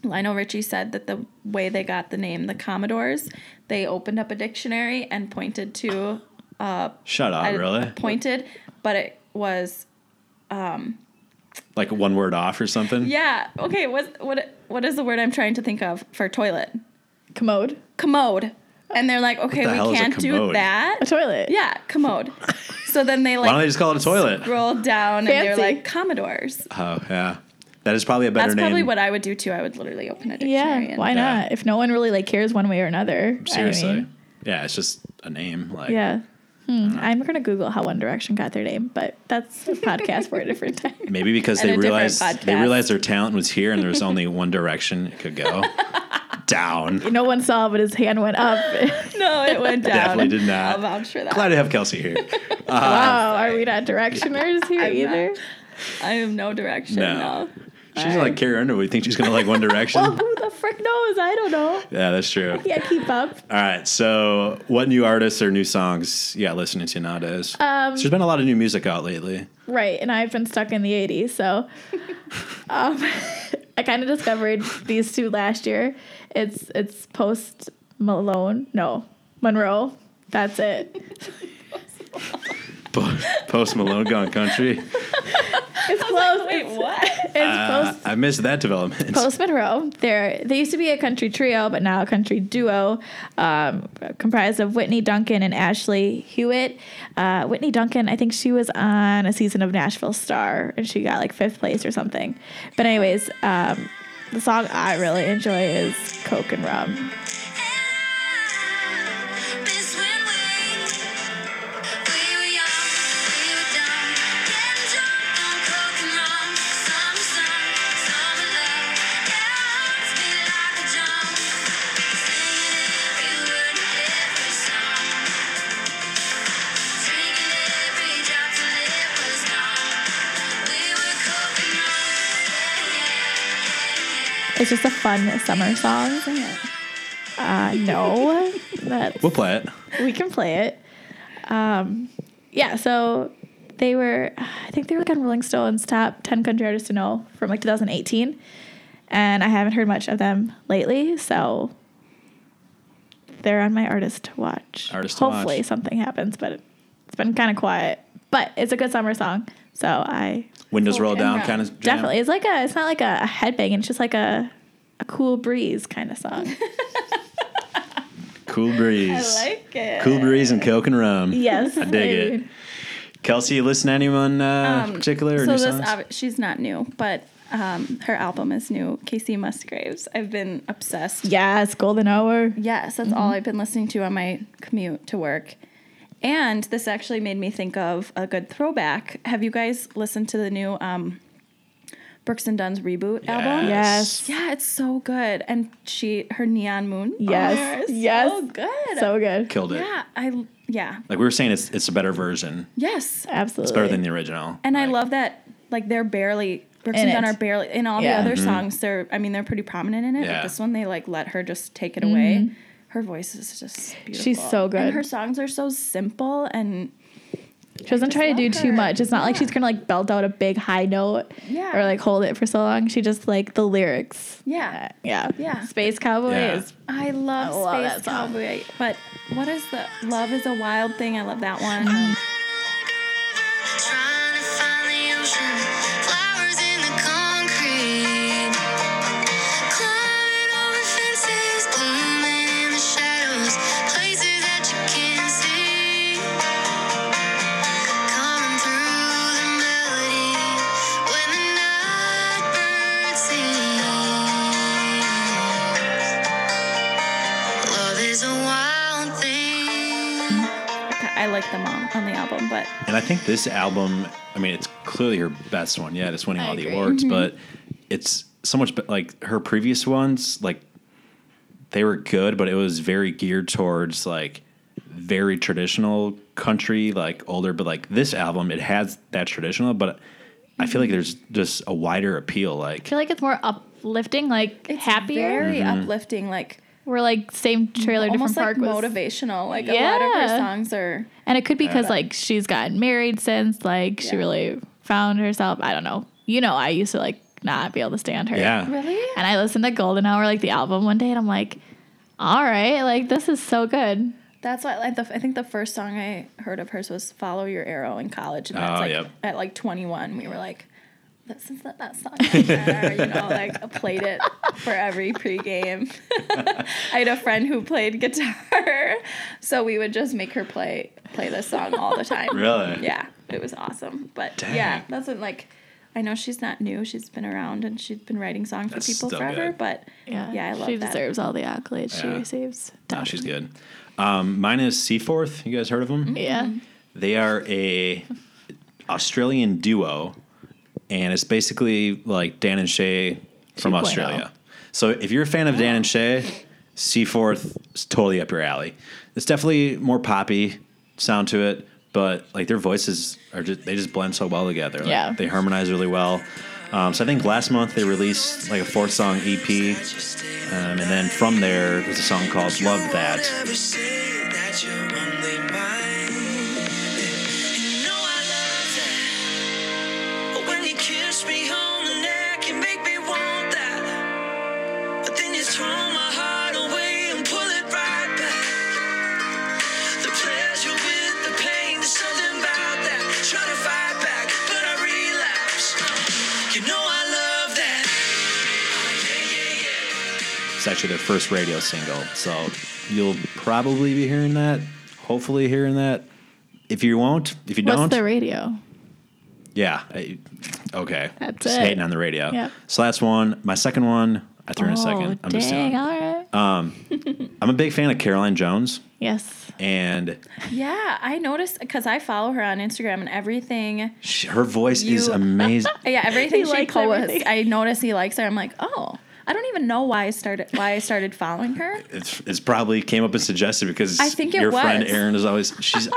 Speaker 3: Lionel Richie said that the way they got the name the Commodores, they opened up a dictionary and pointed to
Speaker 1: shut up
Speaker 3: I
Speaker 1: Oh, really
Speaker 3: pointed, but it was um,
Speaker 1: Like one word off or something?
Speaker 3: Yeah. Okay. What what what is the word I'm trying to think of for toilet?
Speaker 2: Commode.
Speaker 3: Commode. And they're like, okay,
Speaker 1: the hell
Speaker 3: we
Speaker 1: is a
Speaker 3: can't do
Speaker 1: commode?
Speaker 3: that.
Speaker 2: A toilet.
Speaker 3: Yeah, commode. so then they like
Speaker 1: Why don't they just call it a toilet?
Speaker 3: roll down and they're
Speaker 2: Fancy.
Speaker 3: like Commodores.
Speaker 1: Oh, yeah. That is probably a better
Speaker 3: That's
Speaker 1: name.
Speaker 3: probably what I would do too. I would literally open a dictionary.
Speaker 2: Yeah.
Speaker 3: and-
Speaker 2: Why
Speaker 1: Yeah.
Speaker 2: not? If no one really like cares one way or another. I
Speaker 1: Seriously. Uh-huh.
Speaker 2: mean,
Speaker 1: yeah, it's just a name. Like,
Speaker 2: yeah. Hmm. I'm gonna Google how One Direction got their name, but that's a podcast for a different time.
Speaker 1: Maybe because
Speaker 3: And
Speaker 1: they
Speaker 3: a different
Speaker 1: realized they
Speaker 3: podcast.
Speaker 1: realized their talent was here and there was only one direction it could go. Down.
Speaker 2: No one saw, but his hand went up.
Speaker 3: No, it went down.
Speaker 1: Definitely did not.
Speaker 3: I'll vouch for that.
Speaker 1: Glad to have Kelsey here.
Speaker 2: wow, are we not directioners here
Speaker 3: I'm
Speaker 2: either?
Speaker 3: not. I have no direction.
Speaker 1: No.
Speaker 3: No.
Speaker 1: She's not like Carrie Underwood. You think she's gonna like One Direction?
Speaker 2: Well, who the frick knows? I don't know.
Speaker 1: yeah, that's true.
Speaker 2: Yeah, keep up.
Speaker 1: All right. So, what new artists or new songs? Yeah, listening to nowadays. Um, there's been a lot of new music out lately.
Speaker 2: Right, and I've been stuck in the 80s, so um, I kind of discovered these two last year. It's it's post Malone, no Monroe. That's it.
Speaker 1: Po- Post Malone gone country.
Speaker 2: It's close.
Speaker 3: Wait, what?
Speaker 2: it's
Speaker 1: Uh,
Speaker 2: post
Speaker 1: I missed that development.
Speaker 2: post Monroe. They're they used to be a country trio, but now a country duo, um, comprised of Whitney Duncan and Ashley Hewitt. Uh, Whitney Duncan, I think she was on a season of Nashville Star, and she got like fifth place or something. But anyways, um, the song I really enjoy is Coke and Rum. It's just a fun summer song. Uh, no, that's
Speaker 1: We'll play it.
Speaker 2: we can play it. Um, yeah, so they were, I think they were like on Rolling Stone's top 10 country artists to know from like 2018. And I haven't heard much of them lately, so they're on my artist to watch.
Speaker 1: Artist to watch.
Speaker 2: Hopefully something happens, but it's been kind of quiet. But it's a good summer song, so I
Speaker 1: Windows roll
Speaker 3: Okay,
Speaker 1: down
Speaker 3: no.
Speaker 1: kind of jam.
Speaker 2: definitely. It's like a, it's not like a, a headbang. It's just like a, a cool breeze kind of song.
Speaker 1: Cool breeze.
Speaker 3: I like it.
Speaker 1: cool breeze and Coke and rum.
Speaker 2: yes, I
Speaker 1: dig it. Kelsey, you listen to anyone uh, particular or
Speaker 3: Um, So
Speaker 1: new
Speaker 3: this
Speaker 1: songs?
Speaker 3: ob- she's not new, but um, her album is new. Casey Musgraves. I've been obsessed.
Speaker 2: Yes, golden hour.
Speaker 3: Yes, that's
Speaker 2: Mm-hmm.
Speaker 3: all I've been listening to on my commute to work. And this actually made me think of a good throwback. Have you guys listened to the new um, Brooks and Dunn's reboot album?
Speaker 2: Yes.
Speaker 3: Yeah, it's so good. And she, her Neon Moon.
Speaker 2: Yes,
Speaker 3: is
Speaker 2: yes.
Speaker 3: So good.
Speaker 2: So good.
Speaker 1: Killed it.
Speaker 3: yeah, I yeah
Speaker 1: Like we were saying, it's it's a better version.
Speaker 3: yes,
Speaker 2: Absolutely.
Speaker 1: It's better than the original.
Speaker 3: and I
Speaker 1: Like,
Speaker 3: love that. Like they're barely Brooks
Speaker 2: In
Speaker 3: and Dunn
Speaker 2: it.
Speaker 3: are barely in all
Speaker 2: Yeah. Mm-hmm.
Speaker 3: the other songs. They're I mean they're pretty prominent in it,
Speaker 1: Yeah.
Speaker 3: but this one they like let her just take it away. Her voice is just beautiful.
Speaker 2: Mm-hmm. so
Speaker 3: And
Speaker 2: good.
Speaker 3: her songs are so simple and
Speaker 2: she doesn't try to do
Speaker 3: love
Speaker 2: too
Speaker 3: her.
Speaker 2: much. It's not like she's gonna like belt out a big high note
Speaker 3: Yeah.
Speaker 2: or like hold it for so long. She just like the lyrics. Uh,
Speaker 3: yeah.
Speaker 2: Yeah.
Speaker 3: Yeah.
Speaker 2: Space Cowboy
Speaker 1: Yeah.
Speaker 2: is
Speaker 3: I love,
Speaker 2: I love that
Speaker 3: Space
Speaker 2: song.
Speaker 3: Cowboy. But what is the Love is a Wild Thing? I love that one.
Speaker 2: Mm-hmm.
Speaker 4: Trying to find the ocean, flowers in the concrete. Climbing over fences, blooming in the shadows, places that you can't see. Coming through the melody when the night bird sings. Love is a wild thing.
Speaker 3: Okay, I like them all on the album, but
Speaker 1: And I think this album, I mean, it's clearly her best one yet. It's winning
Speaker 2: I
Speaker 1: all the
Speaker 2: agree.
Speaker 1: awards, but it's so much be- like her previous ones, like they were good, but it was very geared towards like very traditional country, like older, but like this album, it has that traditional, but I feel
Speaker 2: Mm-hmm.
Speaker 1: like there's just a wider appeal.
Speaker 2: I
Speaker 1: Like,
Speaker 2: feel like it's more uplifting, like
Speaker 3: it's
Speaker 2: happier.
Speaker 3: very uplifting, like
Speaker 2: We're like same trailer,
Speaker 3: almost
Speaker 2: different
Speaker 3: like
Speaker 2: park was,
Speaker 3: motivational. Like a lot of her
Speaker 2: Yeah.
Speaker 3: songs are
Speaker 2: and it could be because like she's gotten married since, like she
Speaker 3: Yeah.
Speaker 2: really found herself. I don't know. You know, I used to like not be able to stand her.
Speaker 1: yeah.
Speaker 3: really
Speaker 2: And I listened to Golden Hour like the album one day, and I'm like, all right, like this is so good.
Speaker 3: That's why like the, I think the first song I heard of hers was "Follow Your Arrow" in college, and that's
Speaker 1: Oh,
Speaker 3: like
Speaker 1: yep.
Speaker 3: at like 21. We were like, that since that, that song came out, you know, like I played it for every pregame. I had a friend who played guitar, so we would just make her play play this song all the time.
Speaker 1: Really?
Speaker 3: Yeah, it was awesome. But
Speaker 1: Dang.
Speaker 3: yeah, that's when like I know she's not new. She's been around and she's been writing songs
Speaker 1: That's
Speaker 3: for people
Speaker 1: so
Speaker 3: forever.
Speaker 1: good.
Speaker 3: But yeah, I love
Speaker 2: She
Speaker 3: that.
Speaker 2: deserves all the accolades she
Speaker 1: Yeah.
Speaker 2: receives.
Speaker 1: No, she's good. Um, mine is Seaforth. You guys heard of them?
Speaker 2: Yeah.
Speaker 3: Mm-hmm.
Speaker 1: They are a Australian duo, and it's basically like Dan and Shay from
Speaker 2: 2.0.
Speaker 1: Australia. So if you're a fan of Dan and Shay, Seaforth is totally up your alley. It's definitely more poppy sound to it, but like their voices are just they just blend so well together. Like,
Speaker 2: Yeah.
Speaker 1: they harmonize really well. Um, so I think last month they released like a four song EP, um, and then from there there's a song called "Love That."
Speaker 5: Never say that you're only mine. You know I love that. But when you kiss me on the neck, you make me want that. But then you throw my heart away and pull it right back. The pleasure with the pain, there's something about that. Try to fight back, but I relapse. You know I love that. Yeah, yeah, yeah.
Speaker 1: It's actually their first radio single, so you'll probably be hearing that. Hopefully, hearing that. If you won't, if you
Speaker 2: What's
Speaker 1: don't,
Speaker 2: the radio?
Speaker 1: yeah, I- okay.
Speaker 2: That's
Speaker 1: just
Speaker 2: it.
Speaker 1: hating on the radio.
Speaker 2: Yep.
Speaker 1: So that's one. My second one, I threw in a second.
Speaker 3: Oh,
Speaker 1: I'm
Speaker 2: Oh, dang,
Speaker 1: just Uh, doing.
Speaker 2: all right.
Speaker 1: I'm a big fan of Caroline Jones,
Speaker 2: yes.
Speaker 1: and
Speaker 3: Yeah, I noticed because I follow her on Instagram and everything.
Speaker 1: sh her voice is
Speaker 3: You-
Speaker 1: amazing.
Speaker 3: Yeah, everything
Speaker 2: He
Speaker 3: she
Speaker 2: likes
Speaker 3: posts,
Speaker 2: everything.
Speaker 3: I notice he likes her. I'm like, oh, I don't even know why I started why I started following her.
Speaker 1: it's, it's probably came up and suggested because
Speaker 3: I think it
Speaker 1: your friend
Speaker 3: was.
Speaker 1: Erin is always she's.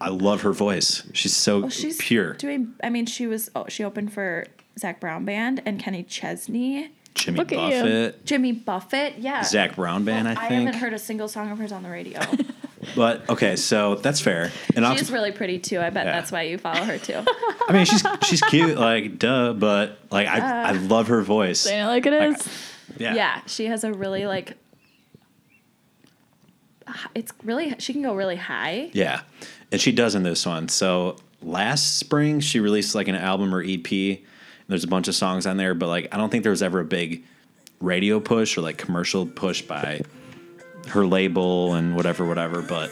Speaker 1: I love her voice. She's so
Speaker 3: Well, she's
Speaker 1: pure.
Speaker 3: Doing, I mean, she was oh, she opened for Zach Brown Band and Kenny Chesney,
Speaker 1: Jimmy
Speaker 2: Look at you.
Speaker 1: Buffett,
Speaker 3: Jimmy Buffett. Yeah,
Speaker 1: Zach Brown band. I
Speaker 3: I
Speaker 1: think.
Speaker 3: haven't heard a single song of hers on the radio.
Speaker 1: But okay, so that's fair. And I'll-
Speaker 3: She's really pretty too. I bet
Speaker 1: Yeah.
Speaker 3: that's why you follow her too.
Speaker 1: I mean, she's she's cute, like duh, but like I I love her voice.
Speaker 2: Saying it like it
Speaker 1: Like,
Speaker 2: is.
Speaker 1: Yeah.
Speaker 3: Uh, yeah, she has a really like. It's really she can go really high.
Speaker 1: Yeah. And she does in this one. So last spring she released like an album or EP. And there's a bunch of songs on there, but like I don't think there was ever a big radio push or like commercial push by her label and whatever, whatever. But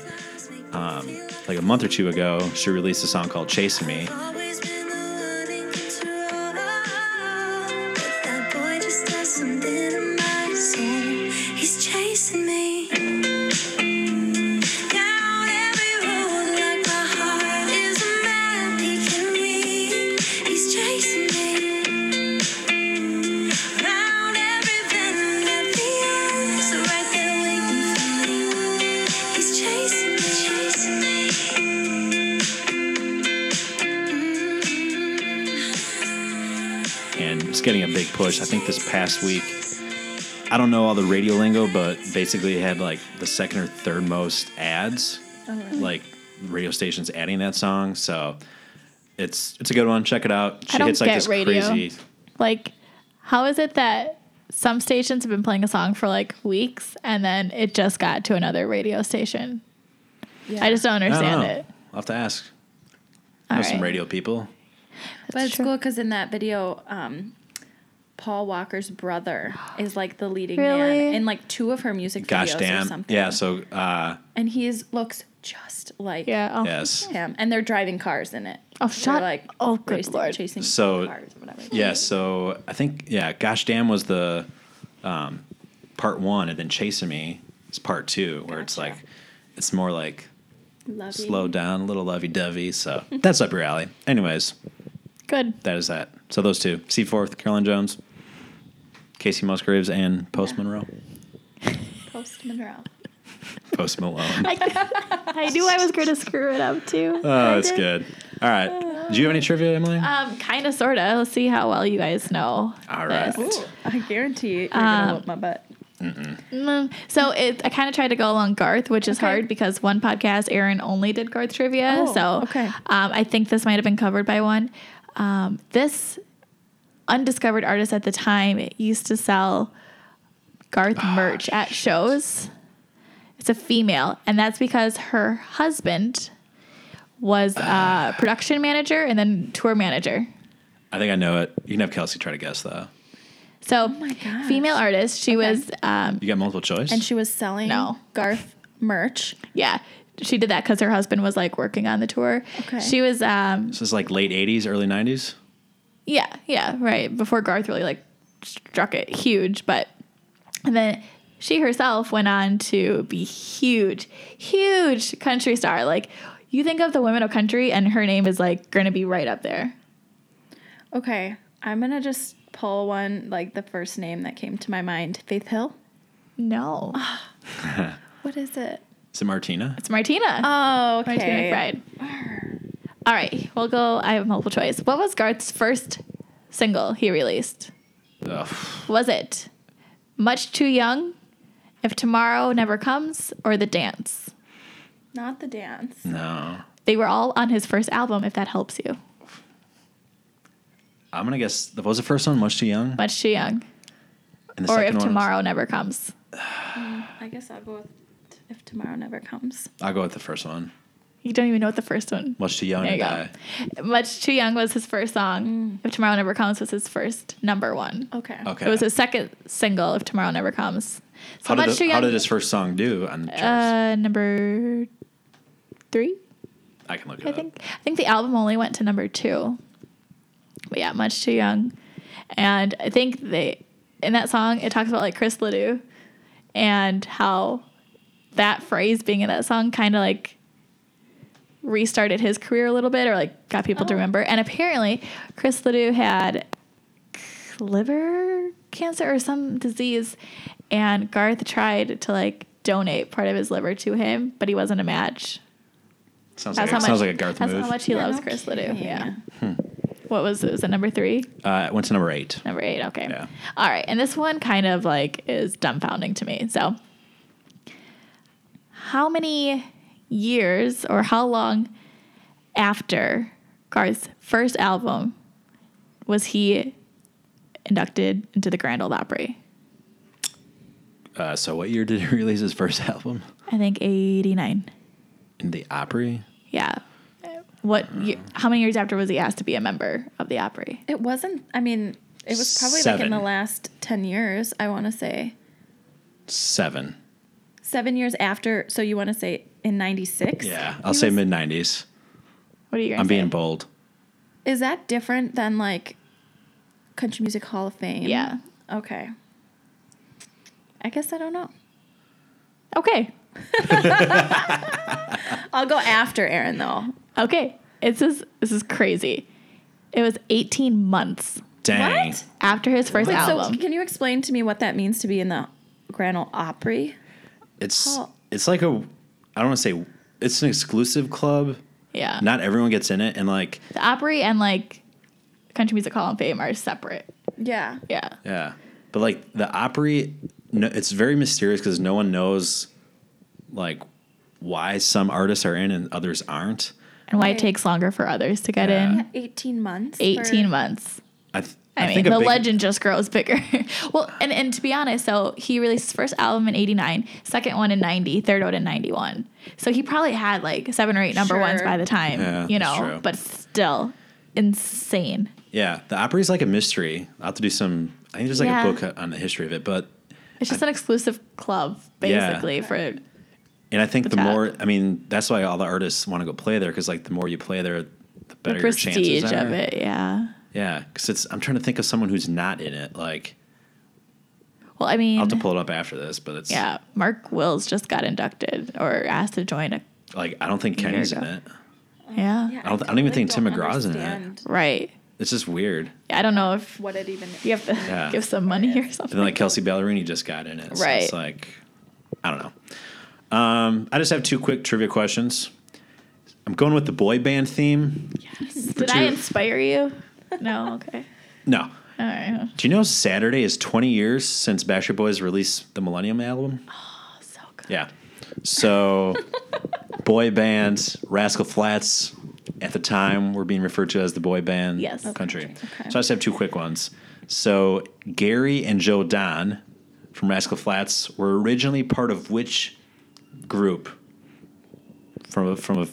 Speaker 1: um, like a month or two ago, she released a song called Chasing Me.
Speaker 4: Always been the one in control. But that boy just does something to my soul. He's chasing me. Down every road like my heart is a map he can read. He's chasing me. Round every bend at the end, so right there waiting for me. He's chasing me, chasing me.
Speaker 1: and it's getting a big push. I think this past week, I don't know all the radio lingo, but basically it had like the second or third most ads,
Speaker 2: Oh,
Speaker 1: like radio stations adding that song. So it's it's a good one. Check it out. She
Speaker 2: don't
Speaker 1: hits like
Speaker 2: get
Speaker 1: this
Speaker 2: radio.
Speaker 1: crazy.
Speaker 2: Like, how is it that some stations have been playing a song for like weeks and then it just got to another radio station? I just don't
Speaker 1: I don't
Speaker 2: understand
Speaker 1: know.
Speaker 2: it.
Speaker 1: I'll have to ask. I
Speaker 2: All
Speaker 1: know some
Speaker 2: right.
Speaker 1: radio people.
Speaker 3: But it's
Speaker 2: true.
Speaker 3: cool because in that video, um, Paul Walker's brother is like the leading man
Speaker 2: Really?
Speaker 3: in like two of her music
Speaker 1: Gosh
Speaker 3: videos or
Speaker 1: damn.
Speaker 3: something.
Speaker 1: Yeah. So uh,
Speaker 3: and he is, looks just like
Speaker 2: Yeah. Oh,
Speaker 1: yes.
Speaker 3: him. And they're driving cars in it.
Speaker 2: Oh,
Speaker 3: They're,
Speaker 2: shut- oh, good
Speaker 3: racing-
Speaker 2: lord.
Speaker 3: Chasing
Speaker 1: So-
Speaker 3: cars, or whatever.
Speaker 1: Yeah, so I think yeah, gosh damn was the um, part one, and then chasing me is part two, where it's
Speaker 3: Gotcha.
Speaker 1: like it's more like
Speaker 3: Lovey.
Speaker 1: slow down, a little lovey dovey. So that's up your alley. Anyways,
Speaker 2: Good.
Speaker 1: that is that. So those two, Seaforth, Carolyn Jones, Casey Musgraves, and Post Monroe.
Speaker 3: Post Monroe.
Speaker 1: Post Malone.
Speaker 2: I knew I was going to screw it up too.
Speaker 1: oh, that's good. All right. Do you have any trivia, Emily?
Speaker 3: Uh,
Speaker 2: Um, kind of, sort of. Let's see how well you guys know.
Speaker 1: All right.
Speaker 2: this.
Speaker 3: I guarantee you're gonna
Speaker 2: Um,
Speaker 3: whoop my butt.
Speaker 2: Mm, So it, I kind of tried to go along Garth, which is
Speaker 3: Okay.
Speaker 2: hard because one podcast, Aaron only did Garth trivia.
Speaker 3: Oh,
Speaker 2: so
Speaker 3: okay.
Speaker 2: um, I think this might have been covered by one. Um, this undiscovered artist at the time used to sell Garth merch at shows. It's a female, and that's because her uh, husband was a production manager and then tour manager.
Speaker 1: I think I know it. You can have Kelsey try to guess though.
Speaker 2: So,
Speaker 3: Oh gosh.
Speaker 2: female artist. She was, um,
Speaker 1: You got multiple choice.
Speaker 3: And she was selling
Speaker 2: No.
Speaker 3: Garth merch.
Speaker 2: yeah, she did that because her husband was like working on the tour.
Speaker 3: Okay.
Speaker 2: She was, um,
Speaker 1: this is like late '80s, early '90s.
Speaker 2: Yeah, yeah, right. Before Garth really like struck it huge, but and then she herself went on to be huge, huge country star. Like you think of the women of country, and her name is like going to be right up there.
Speaker 3: Okay, I'm gonna just pull one like the first name that came to my mind. Faith Hill.
Speaker 2: No,
Speaker 3: What is it?
Speaker 1: Is it Martina?
Speaker 2: it's Martina.
Speaker 3: Oh,
Speaker 2: Martina
Speaker 3: okay.
Speaker 2: McBride. All right, we'll go. I have multiple choice. What was Garth's first single he released?
Speaker 1: Ugh.
Speaker 2: Was it "Much Too Young," "If Tomorrow Never Comes," or "The Dance"?
Speaker 3: Not the dance.
Speaker 1: No,
Speaker 2: They were all on his first album, if that helps you.
Speaker 1: I'm gonna guess. What was the first one? Much too young.
Speaker 2: Much too young.
Speaker 1: And the
Speaker 2: Or
Speaker 1: second
Speaker 2: if
Speaker 1: one was-
Speaker 2: tomorrow never comes.
Speaker 3: I guess I'll go with t- if tomorrow never comes.
Speaker 1: I'll go with the first one.
Speaker 2: You don't even know what the first one.
Speaker 1: Much too young
Speaker 2: There
Speaker 1: to
Speaker 2: you go.
Speaker 1: die.
Speaker 2: Much too young was his first song. If tomorrow never comes was his first number one.
Speaker 3: Okay.
Speaker 1: Okay.
Speaker 2: It was his second single. If tomorrow never comes. So
Speaker 1: how,
Speaker 2: much
Speaker 1: did it-
Speaker 2: too
Speaker 1: how
Speaker 2: young.
Speaker 1: did his first song do on the charts?
Speaker 2: uh, number three,
Speaker 1: I can look it
Speaker 2: I
Speaker 1: up.
Speaker 2: think. I think the album only went to number two. But yeah, much too young. And I think they in that song it talks about like Chris Ledoux and how that phrase being in that song kind of like restarted his career a little bit or like got people to
Speaker 3: Oh.
Speaker 2: remember. And apparently Chris Ledoux had liver cancer or some disease and Garth tried to like donate part of his liver to him, but he wasn't a match.
Speaker 1: Sounds like,
Speaker 2: That's how much
Speaker 1: sounds like a Garth
Speaker 2: That's
Speaker 1: move.
Speaker 2: how much he loves Chris Ledoux.
Speaker 3: kidding.
Speaker 2: Yeah. What was it? Was it number three?
Speaker 1: uh, it went to number eight.
Speaker 2: Number eight. Okay.
Speaker 1: Yeah.
Speaker 2: All right. And this one kind of like is dumbfounding to me. So, how many years or how long after Garth's first album was he inducted into the Grand Ole Opry?
Speaker 1: Uh, so what year did he release his first album?
Speaker 2: I think 89.
Speaker 1: In the Opry.
Speaker 2: Yeah. What? Year, how many years after was he asked to be a member of the Opry?
Speaker 3: It wasn't. I mean, it was probably like in
Speaker 1: Seven.
Speaker 3: the last ten years. I want to say
Speaker 1: Seven.
Speaker 3: seven years after. So you want to say in '96?
Speaker 1: Yeah, I'll say mid '90s.
Speaker 2: What are you? Gonna
Speaker 1: I'm
Speaker 2: say?
Speaker 1: being bold.
Speaker 3: Is that different than like Country Music Hall of Fame?
Speaker 2: Yeah.
Speaker 3: Okay. I guess I don't know.
Speaker 2: Okay.
Speaker 3: I'll go after Aaron though.
Speaker 2: Okay. It's this this is crazy. It was 18 months
Speaker 1: Dang.
Speaker 3: What?
Speaker 2: after his first
Speaker 3: Wait, so
Speaker 2: album.
Speaker 3: can you explain to me what that means to be in the Grand Ole Opry?
Speaker 1: It's
Speaker 3: Oh.
Speaker 1: it's like a I don't want to say it's an exclusive club.
Speaker 2: yeah.
Speaker 1: Not everyone gets in it, and like
Speaker 2: the Opry and like Country Music Hall of Fame are separate.
Speaker 3: Yeah.
Speaker 2: Yeah.
Speaker 1: yeah, but like the Opry, no, it's very mysterious because no one knows like why some artists are in and others aren't.
Speaker 2: And why it
Speaker 3: Right.
Speaker 2: takes longer for others to get
Speaker 1: Yeah.
Speaker 2: in.
Speaker 3: 18 months.
Speaker 2: 18
Speaker 3: for-
Speaker 2: months.
Speaker 1: I, th-
Speaker 2: I, mean,
Speaker 1: think a
Speaker 2: the
Speaker 1: big-
Speaker 2: legend just grows bigger. well, and, and to be honest, so he released his first album in 89, second one in 90, third one in 91. So he probably had like seven or eight number ones
Speaker 3: Sure.
Speaker 2: by the time,
Speaker 1: Yeah,
Speaker 2: you
Speaker 1: that's
Speaker 2: know,
Speaker 1: true.
Speaker 2: but still insane.
Speaker 1: Yeah, the Opry's like a mystery. I'll have to do some. I think there's like
Speaker 2: Yeah.
Speaker 1: a book on the history of it, but
Speaker 2: It's just an exclusive club,
Speaker 1: Yeah.
Speaker 2: basically. For
Speaker 1: and I think the,
Speaker 2: top.
Speaker 1: more, I mean, that's why all the artists want to go play there because like the more you play there, the better
Speaker 2: the
Speaker 1: your chances
Speaker 2: prestige
Speaker 1: are.
Speaker 2: of it, yeah.
Speaker 1: Yeah, because it's. I'm trying to think of someone who's not in it. Like
Speaker 2: Well, I
Speaker 1: I'll have to
Speaker 2: mean,
Speaker 1: pull it up after this, but it's
Speaker 2: Mm-hmm. yeah. Mark Wills just got inducted or asked to join a
Speaker 1: like I don't think
Speaker 2: There you
Speaker 1: Kenny's
Speaker 2: go.
Speaker 1: in it.
Speaker 2: Oh, yeah,
Speaker 3: Yeah,
Speaker 1: I don't- I don't even think Tim
Speaker 3: don't
Speaker 1: McGraw's in it.
Speaker 3: understand
Speaker 2: right.
Speaker 1: It's just weird.
Speaker 2: I don't know if
Speaker 3: What it even is.
Speaker 2: you have to
Speaker 1: Yeah.
Speaker 2: give some money or
Speaker 1: And
Speaker 2: something.
Speaker 1: then like Kelsey Ballerini just got in it. So
Speaker 2: Right.
Speaker 1: It's like I don't know. Um, I just have two quick trivia questions. I'm going with the boy band theme.
Speaker 2: Did I
Speaker 1: two-
Speaker 2: inspire you? No. Okay.
Speaker 1: No.
Speaker 2: All right.
Speaker 1: Do you know Saturday is 20 years since Backstreet Boys released the Millennium album?
Speaker 2: So good.
Speaker 1: Yeah. So, boy bands, Rascal Flats, at the time were being referred to as the boy band
Speaker 2: Yes. Of
Speaker 1: country.
Speaker 3: Okay.
Speaker 1: So I just have two quick ones. So Gary and Joe Don from Rascal Flats were originally part of which group? From a, from a,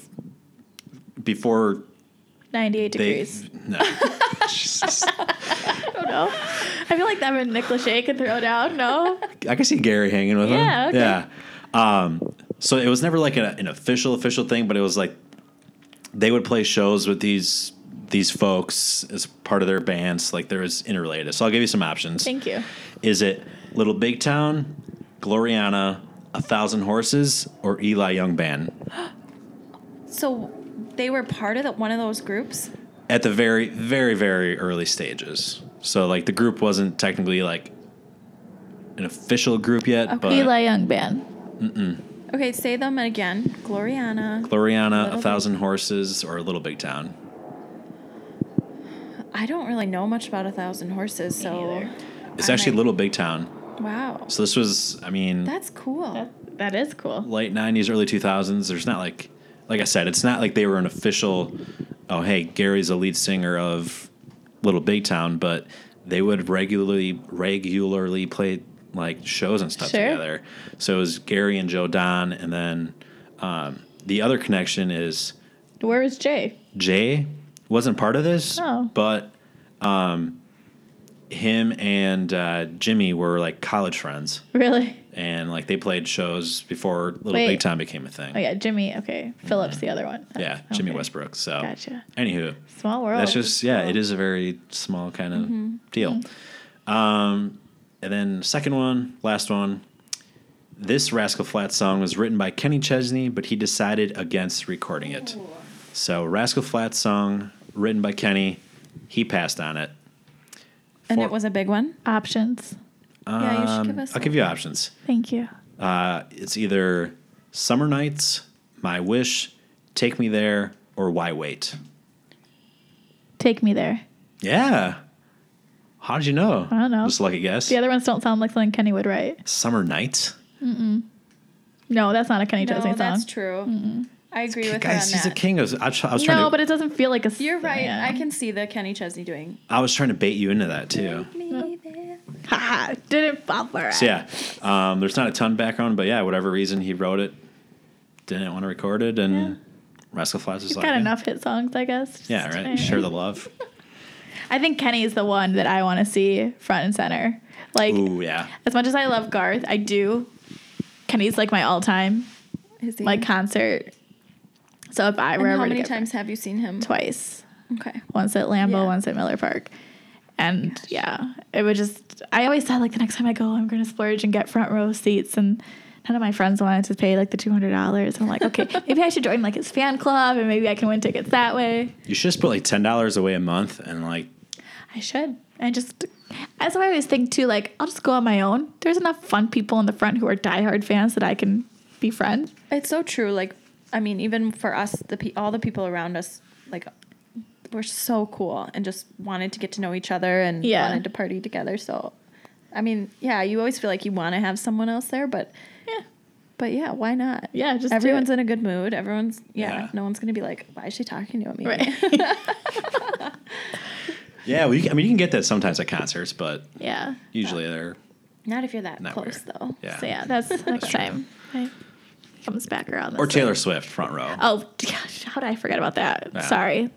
Speaker 1: before
Speaker 2: 98
Speaker 1: They
Speaker 2: degrees.
Speaker 1: no. Jesus.
Speaker 2: I don't know. I feel like that and Nick Lachey could throw down. No,
Speaker 1: I can see Gary hanging with
Speaker 2: Yeah,
Speaker 1: him.
Speaker 2: okay.
Speaker 1: Yeah. Um, so it was never like a, an official official thing, but it was like they would play shows with these these folks as part of their bands. Like there was interrelated. So I'll give you some options.
Speaker 2: thank you.
Speaker 1: Is it Little Big Town, Gloriana, A Thousand Horses, or Eli Young Band?
Speaker 3: So they were part of the, one of those groups.
Speaker 1: At the very, very, very early stages. So like the group wasn't technically like an official group yet, but
Speaker 2: Eli Young Band.
Speaker 3: Okay, say them again. Gloriana.
Speaker 1: Gloriana,
Speaker 3: Little
Speaker 1: A
Speaker 3: Big-
Speaker 1: Thousand Horses, or Little Big Town.
Speaker 3: I don't really know much about a thousand horses, so
Speaker 2: neither.
Speaker 1: It's
Speaker 3: I
Speaker 1: actually
Speaker 3: might-
Speaker 1: Little Big Town.
Speaker 3: wow,
Speaker 1: So this was, I mean,
Speaker 3: that's cool.
Speaker 2: That, that is cool.
Speaker 1: late '90s, early 2000s. There's not like, like I said, it's not like they were an official. Oh, hey, Gary's a lead singer of Little Big Town, but they would regularly, regularly play like shows and stuff
Speaker 2: Sure.
Speaker 1: together. So it was Gary and Joe Don, and then um, the other connection is
Speaker 2: Where was Jay?
Speaker 1: Jay wasn't part of this,
Speaker 2: Oh.
Speaker 1: but um, him and uh, Jimmy were like college friends,
Speaker 2: Really?
Speaker 1: and like they played shows before Little
Speaker 2: Wait.
Speaker 1: Big Time became a thing.
Speaker 2: Oh yeah, Jimmy. Okay, Phillips, the other one.
Speaker 1: Yeah, Jimmy
Speaker 2: Okay.
Speaker 1: Westbrook. So,
Speaker 2: Gotcha. Oh.
Speaker 1: anywho,
Speaker 2: Small world.
Speaker 1: that's just yeah, it is a very small kind of
Speaker 2: Mm-hmm.
Speaker 1: deal. Um, and then second one, last one. This Rascal Flatts song was written by Kenny Chesney, but he decided against recording it. So Rascal Flatts song written by Kenny, he passed on it.
Speaker 3: and
Speaker 1: for-
Speaker 3: it was a big one.
Speaker 2: options.
Speaker 3: yeah, you should
Speaker 1: Um,
Speaker 3: give us.
Speaker 1: I'll give you options.
Speaker 2: Thank you.
Speaker 1: Uh, it's either Summer Nights, My Wish, Take Me There, or Why Wait.
Speaker 2: Take me there.
Speaker 1: Yeah. How did you know?
Speaker 2: I don't know.
Speaker 1: Just lucky guess.
Speaker 2: The other ones don't sound like something Kenny would write.
Speaker 1: Summer nights.
Speaker 2: No, that's not a Kenny
Speaker 3: no,
Speaker 2: Chesney Mm-hmm. song.
Speaker 3: that's true. I agree with
Speaker 1: Guys,
Speaker 3: her
Speaker 1: he's
Speaker 3: on that.
Speaker 1: a king. I was, I was try- I was trying
Speaker 2: No,
Speaker 1: to.
Speaker 2: but it doesn't feel like a. s-
Speaker 3: You're right.
Speaker 2: yeah.
Speaker 3: I can see the Kenny Chesney doing.
Speaker 1: I was trying to bait you into that too.
Speaker 3: Me there.
Speaker 2: Haha, didn't fall for it.
Speaker 1: So yeah, um, there's not a ton of background, but yeah, whatever reason he wrote it, didn't want to record it, and Rascal Flatts was
Speaker 2: He's
Speaker 1: like,
Speaker 2: got
Speaker 1: yeah.
Speaker 2: enough hit songs, I guess.
Speaker 1: Yeah,
Speaker 2: Just-
Speaker 1: right. Share the love.
Speaker 2: I think Kenny is the one that I want to see front and center. Like
Speaker 1: Ooh yeah.
Speaker 2: as much as I love Garth, I do. Kenny's like my all-time
Speaker 3: Is he?
Speaker 2: like concert. So if I were
Speaker 3: and
Speaker 2: ever
Speaker 3: how
Speaker 2: to
Speaker 3: many
Speaker 2: get-
Speaker 3: times have you seen him?
Speaker 2: Twice.
Speaker 3: Okay.
Speaker 2: once at Lambeau,
Speaker 3: Yeah.
Speaker 2: once at Miller Park. And yeah, it would just, I always thought like the next time I go, I'm going to splurge and get front row seats. And none of my friends wanted to pay like the $200. I'm like, okay, maybe I should join like his fan club and maybe I can win tickets that way.
Speaker 1: You should just put like ten dollars away a month and like
Speaker 2: I should. I just, that's what I always think too. Like, I'll just go on my own. There's enough fun people in the front who are diehard fans that I can be friends.
Speaker 3: It's so true. Like, I mean, even for us, the pe- all the people around us, like, were so cool and just wanted to get to know each other and
Speaker 2: Yeah.
Speaker 3: wanted to party together. So, I mean, yeah, you always feel like you want to have someone else there, but
Speaker 2: Yeah.
Speaker 3: but yeah, why not?
Speaker 2: Yeah, just do
Speaker 3: everyone's
Speaker 2: it.
Speaker 3: in a good mood. Everyone's yeah,
Speaker 1: Yeah.
Speaker 3: No one's gonna be like, why is she talking to me?
Speaker 2: Right.
Speaker 1: yeah. Well, you, I mean, you can get that sometimes at concerts, but
Speaker 2: yeah.
Speaker 1: usually they're
Speaker 3: Not if you're that
Speaker 1: not
Speaker 3: close
Speaker 1: weird.
Speaker 3: though.
Speaker 1: Yeah.
Speaker 2: So yeah, that's next time. I, comes back around.
Speaker 1: Or
Speaker 2: this way.
Speaker 1: Taylor Swift front row.
Speaker 2: Oh, gosh, how did I forget about that?
Speaker 1: Yeah.
Speaker 2: Sorry.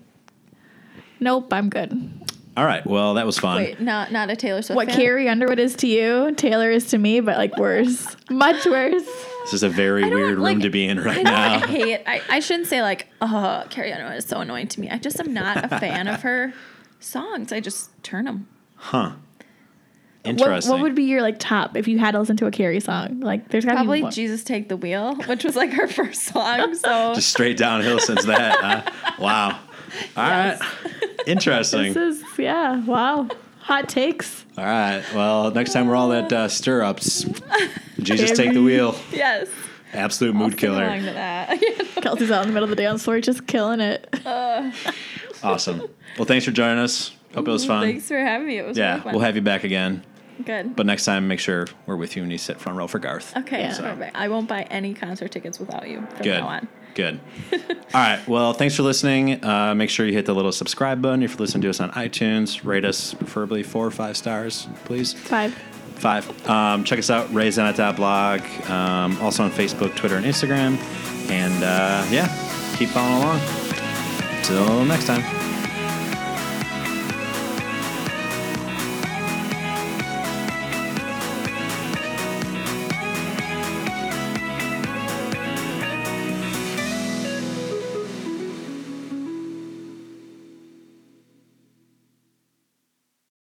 Speaker 2: Nope, I'm good.
Speaker 1: All right. Well, that was fun.
Speaker 3: Wait, not not a Taylor Swift.
Speaker 2: What
Speaker 3: fan?
Speaker 2: Carrie Underwood is to you, Taylor is to me, but like worse, much worse.
Speaker 1: This is a very
Speaker 3: don't,
Speaker 1: weird room
Speaker 3: like-
Speaker 1: to be in right
Speaker 3: I know
Speaker 1: now.
Speaker 3: I hate. I, I shouldn't say like, oh, Carrie Underwood is so annoying to me. I just am not a fan of her songs. I just turn them.
Speaker 1: Huh.
Speaker 2: What,
Speaker 1: Interesting.
Speaker 2: what would be your like top if you had to listen to a Carrie song? Like, there's gotta
Speaker 3: Probably
Speaker 2: be one.
Speaker 3: Jesus Take the Wheel, which was like her first song. So
Speaker 1: Just straight downhill since that. huh? Wow. All right.
Speaker 2: This
Speaker 1: Interesting.
Speaker 2: is yeah, wow, hot takes.
Speaker 1: all right. Well, next time we're all at uh, stir ups, Jesus take the wheel.
Speaker 3: yes,
Speaker 1: Absolute mood
Speaker 3: Sing along
Speaker 1: killer.
Speaker 3: to that.
Speaker 2: Kelsey's out in the middle of the dance floor, just killing it.
Speaker 1: Awesome. Well, thanks for joining us. Hope it was fun.
Speaker 3: Mm-hmm. Thanks for having me. It was
Speaker 1: Um, Yeah,
Speaker 3: really fun.
Speaker 1: we'll have you back again.
Speaker 3: good.
Speaker 1: But next time, make sure we're with you and you sit front row for Garth.
Speaker 3: okay,
Speaker 2: Yeah.
Speaker 3: perfect. I won't buy any concert tickets without you from
Speaker 1: Good.
Speaker 3: now on.
Speaker 1: Good. All right. Well, thanks for listening. Uh, make sure you hit the little subscribe button if you're listening to us on iTunes. Rate us, preferably four or five stars, please.
Speaker 2: Five.
Speaker 1: Five. Um, check us out, raisedonit.blog. Um, also on Facebook, Twitter, and Instagram. And uh, yeah, keep following along. Till next time.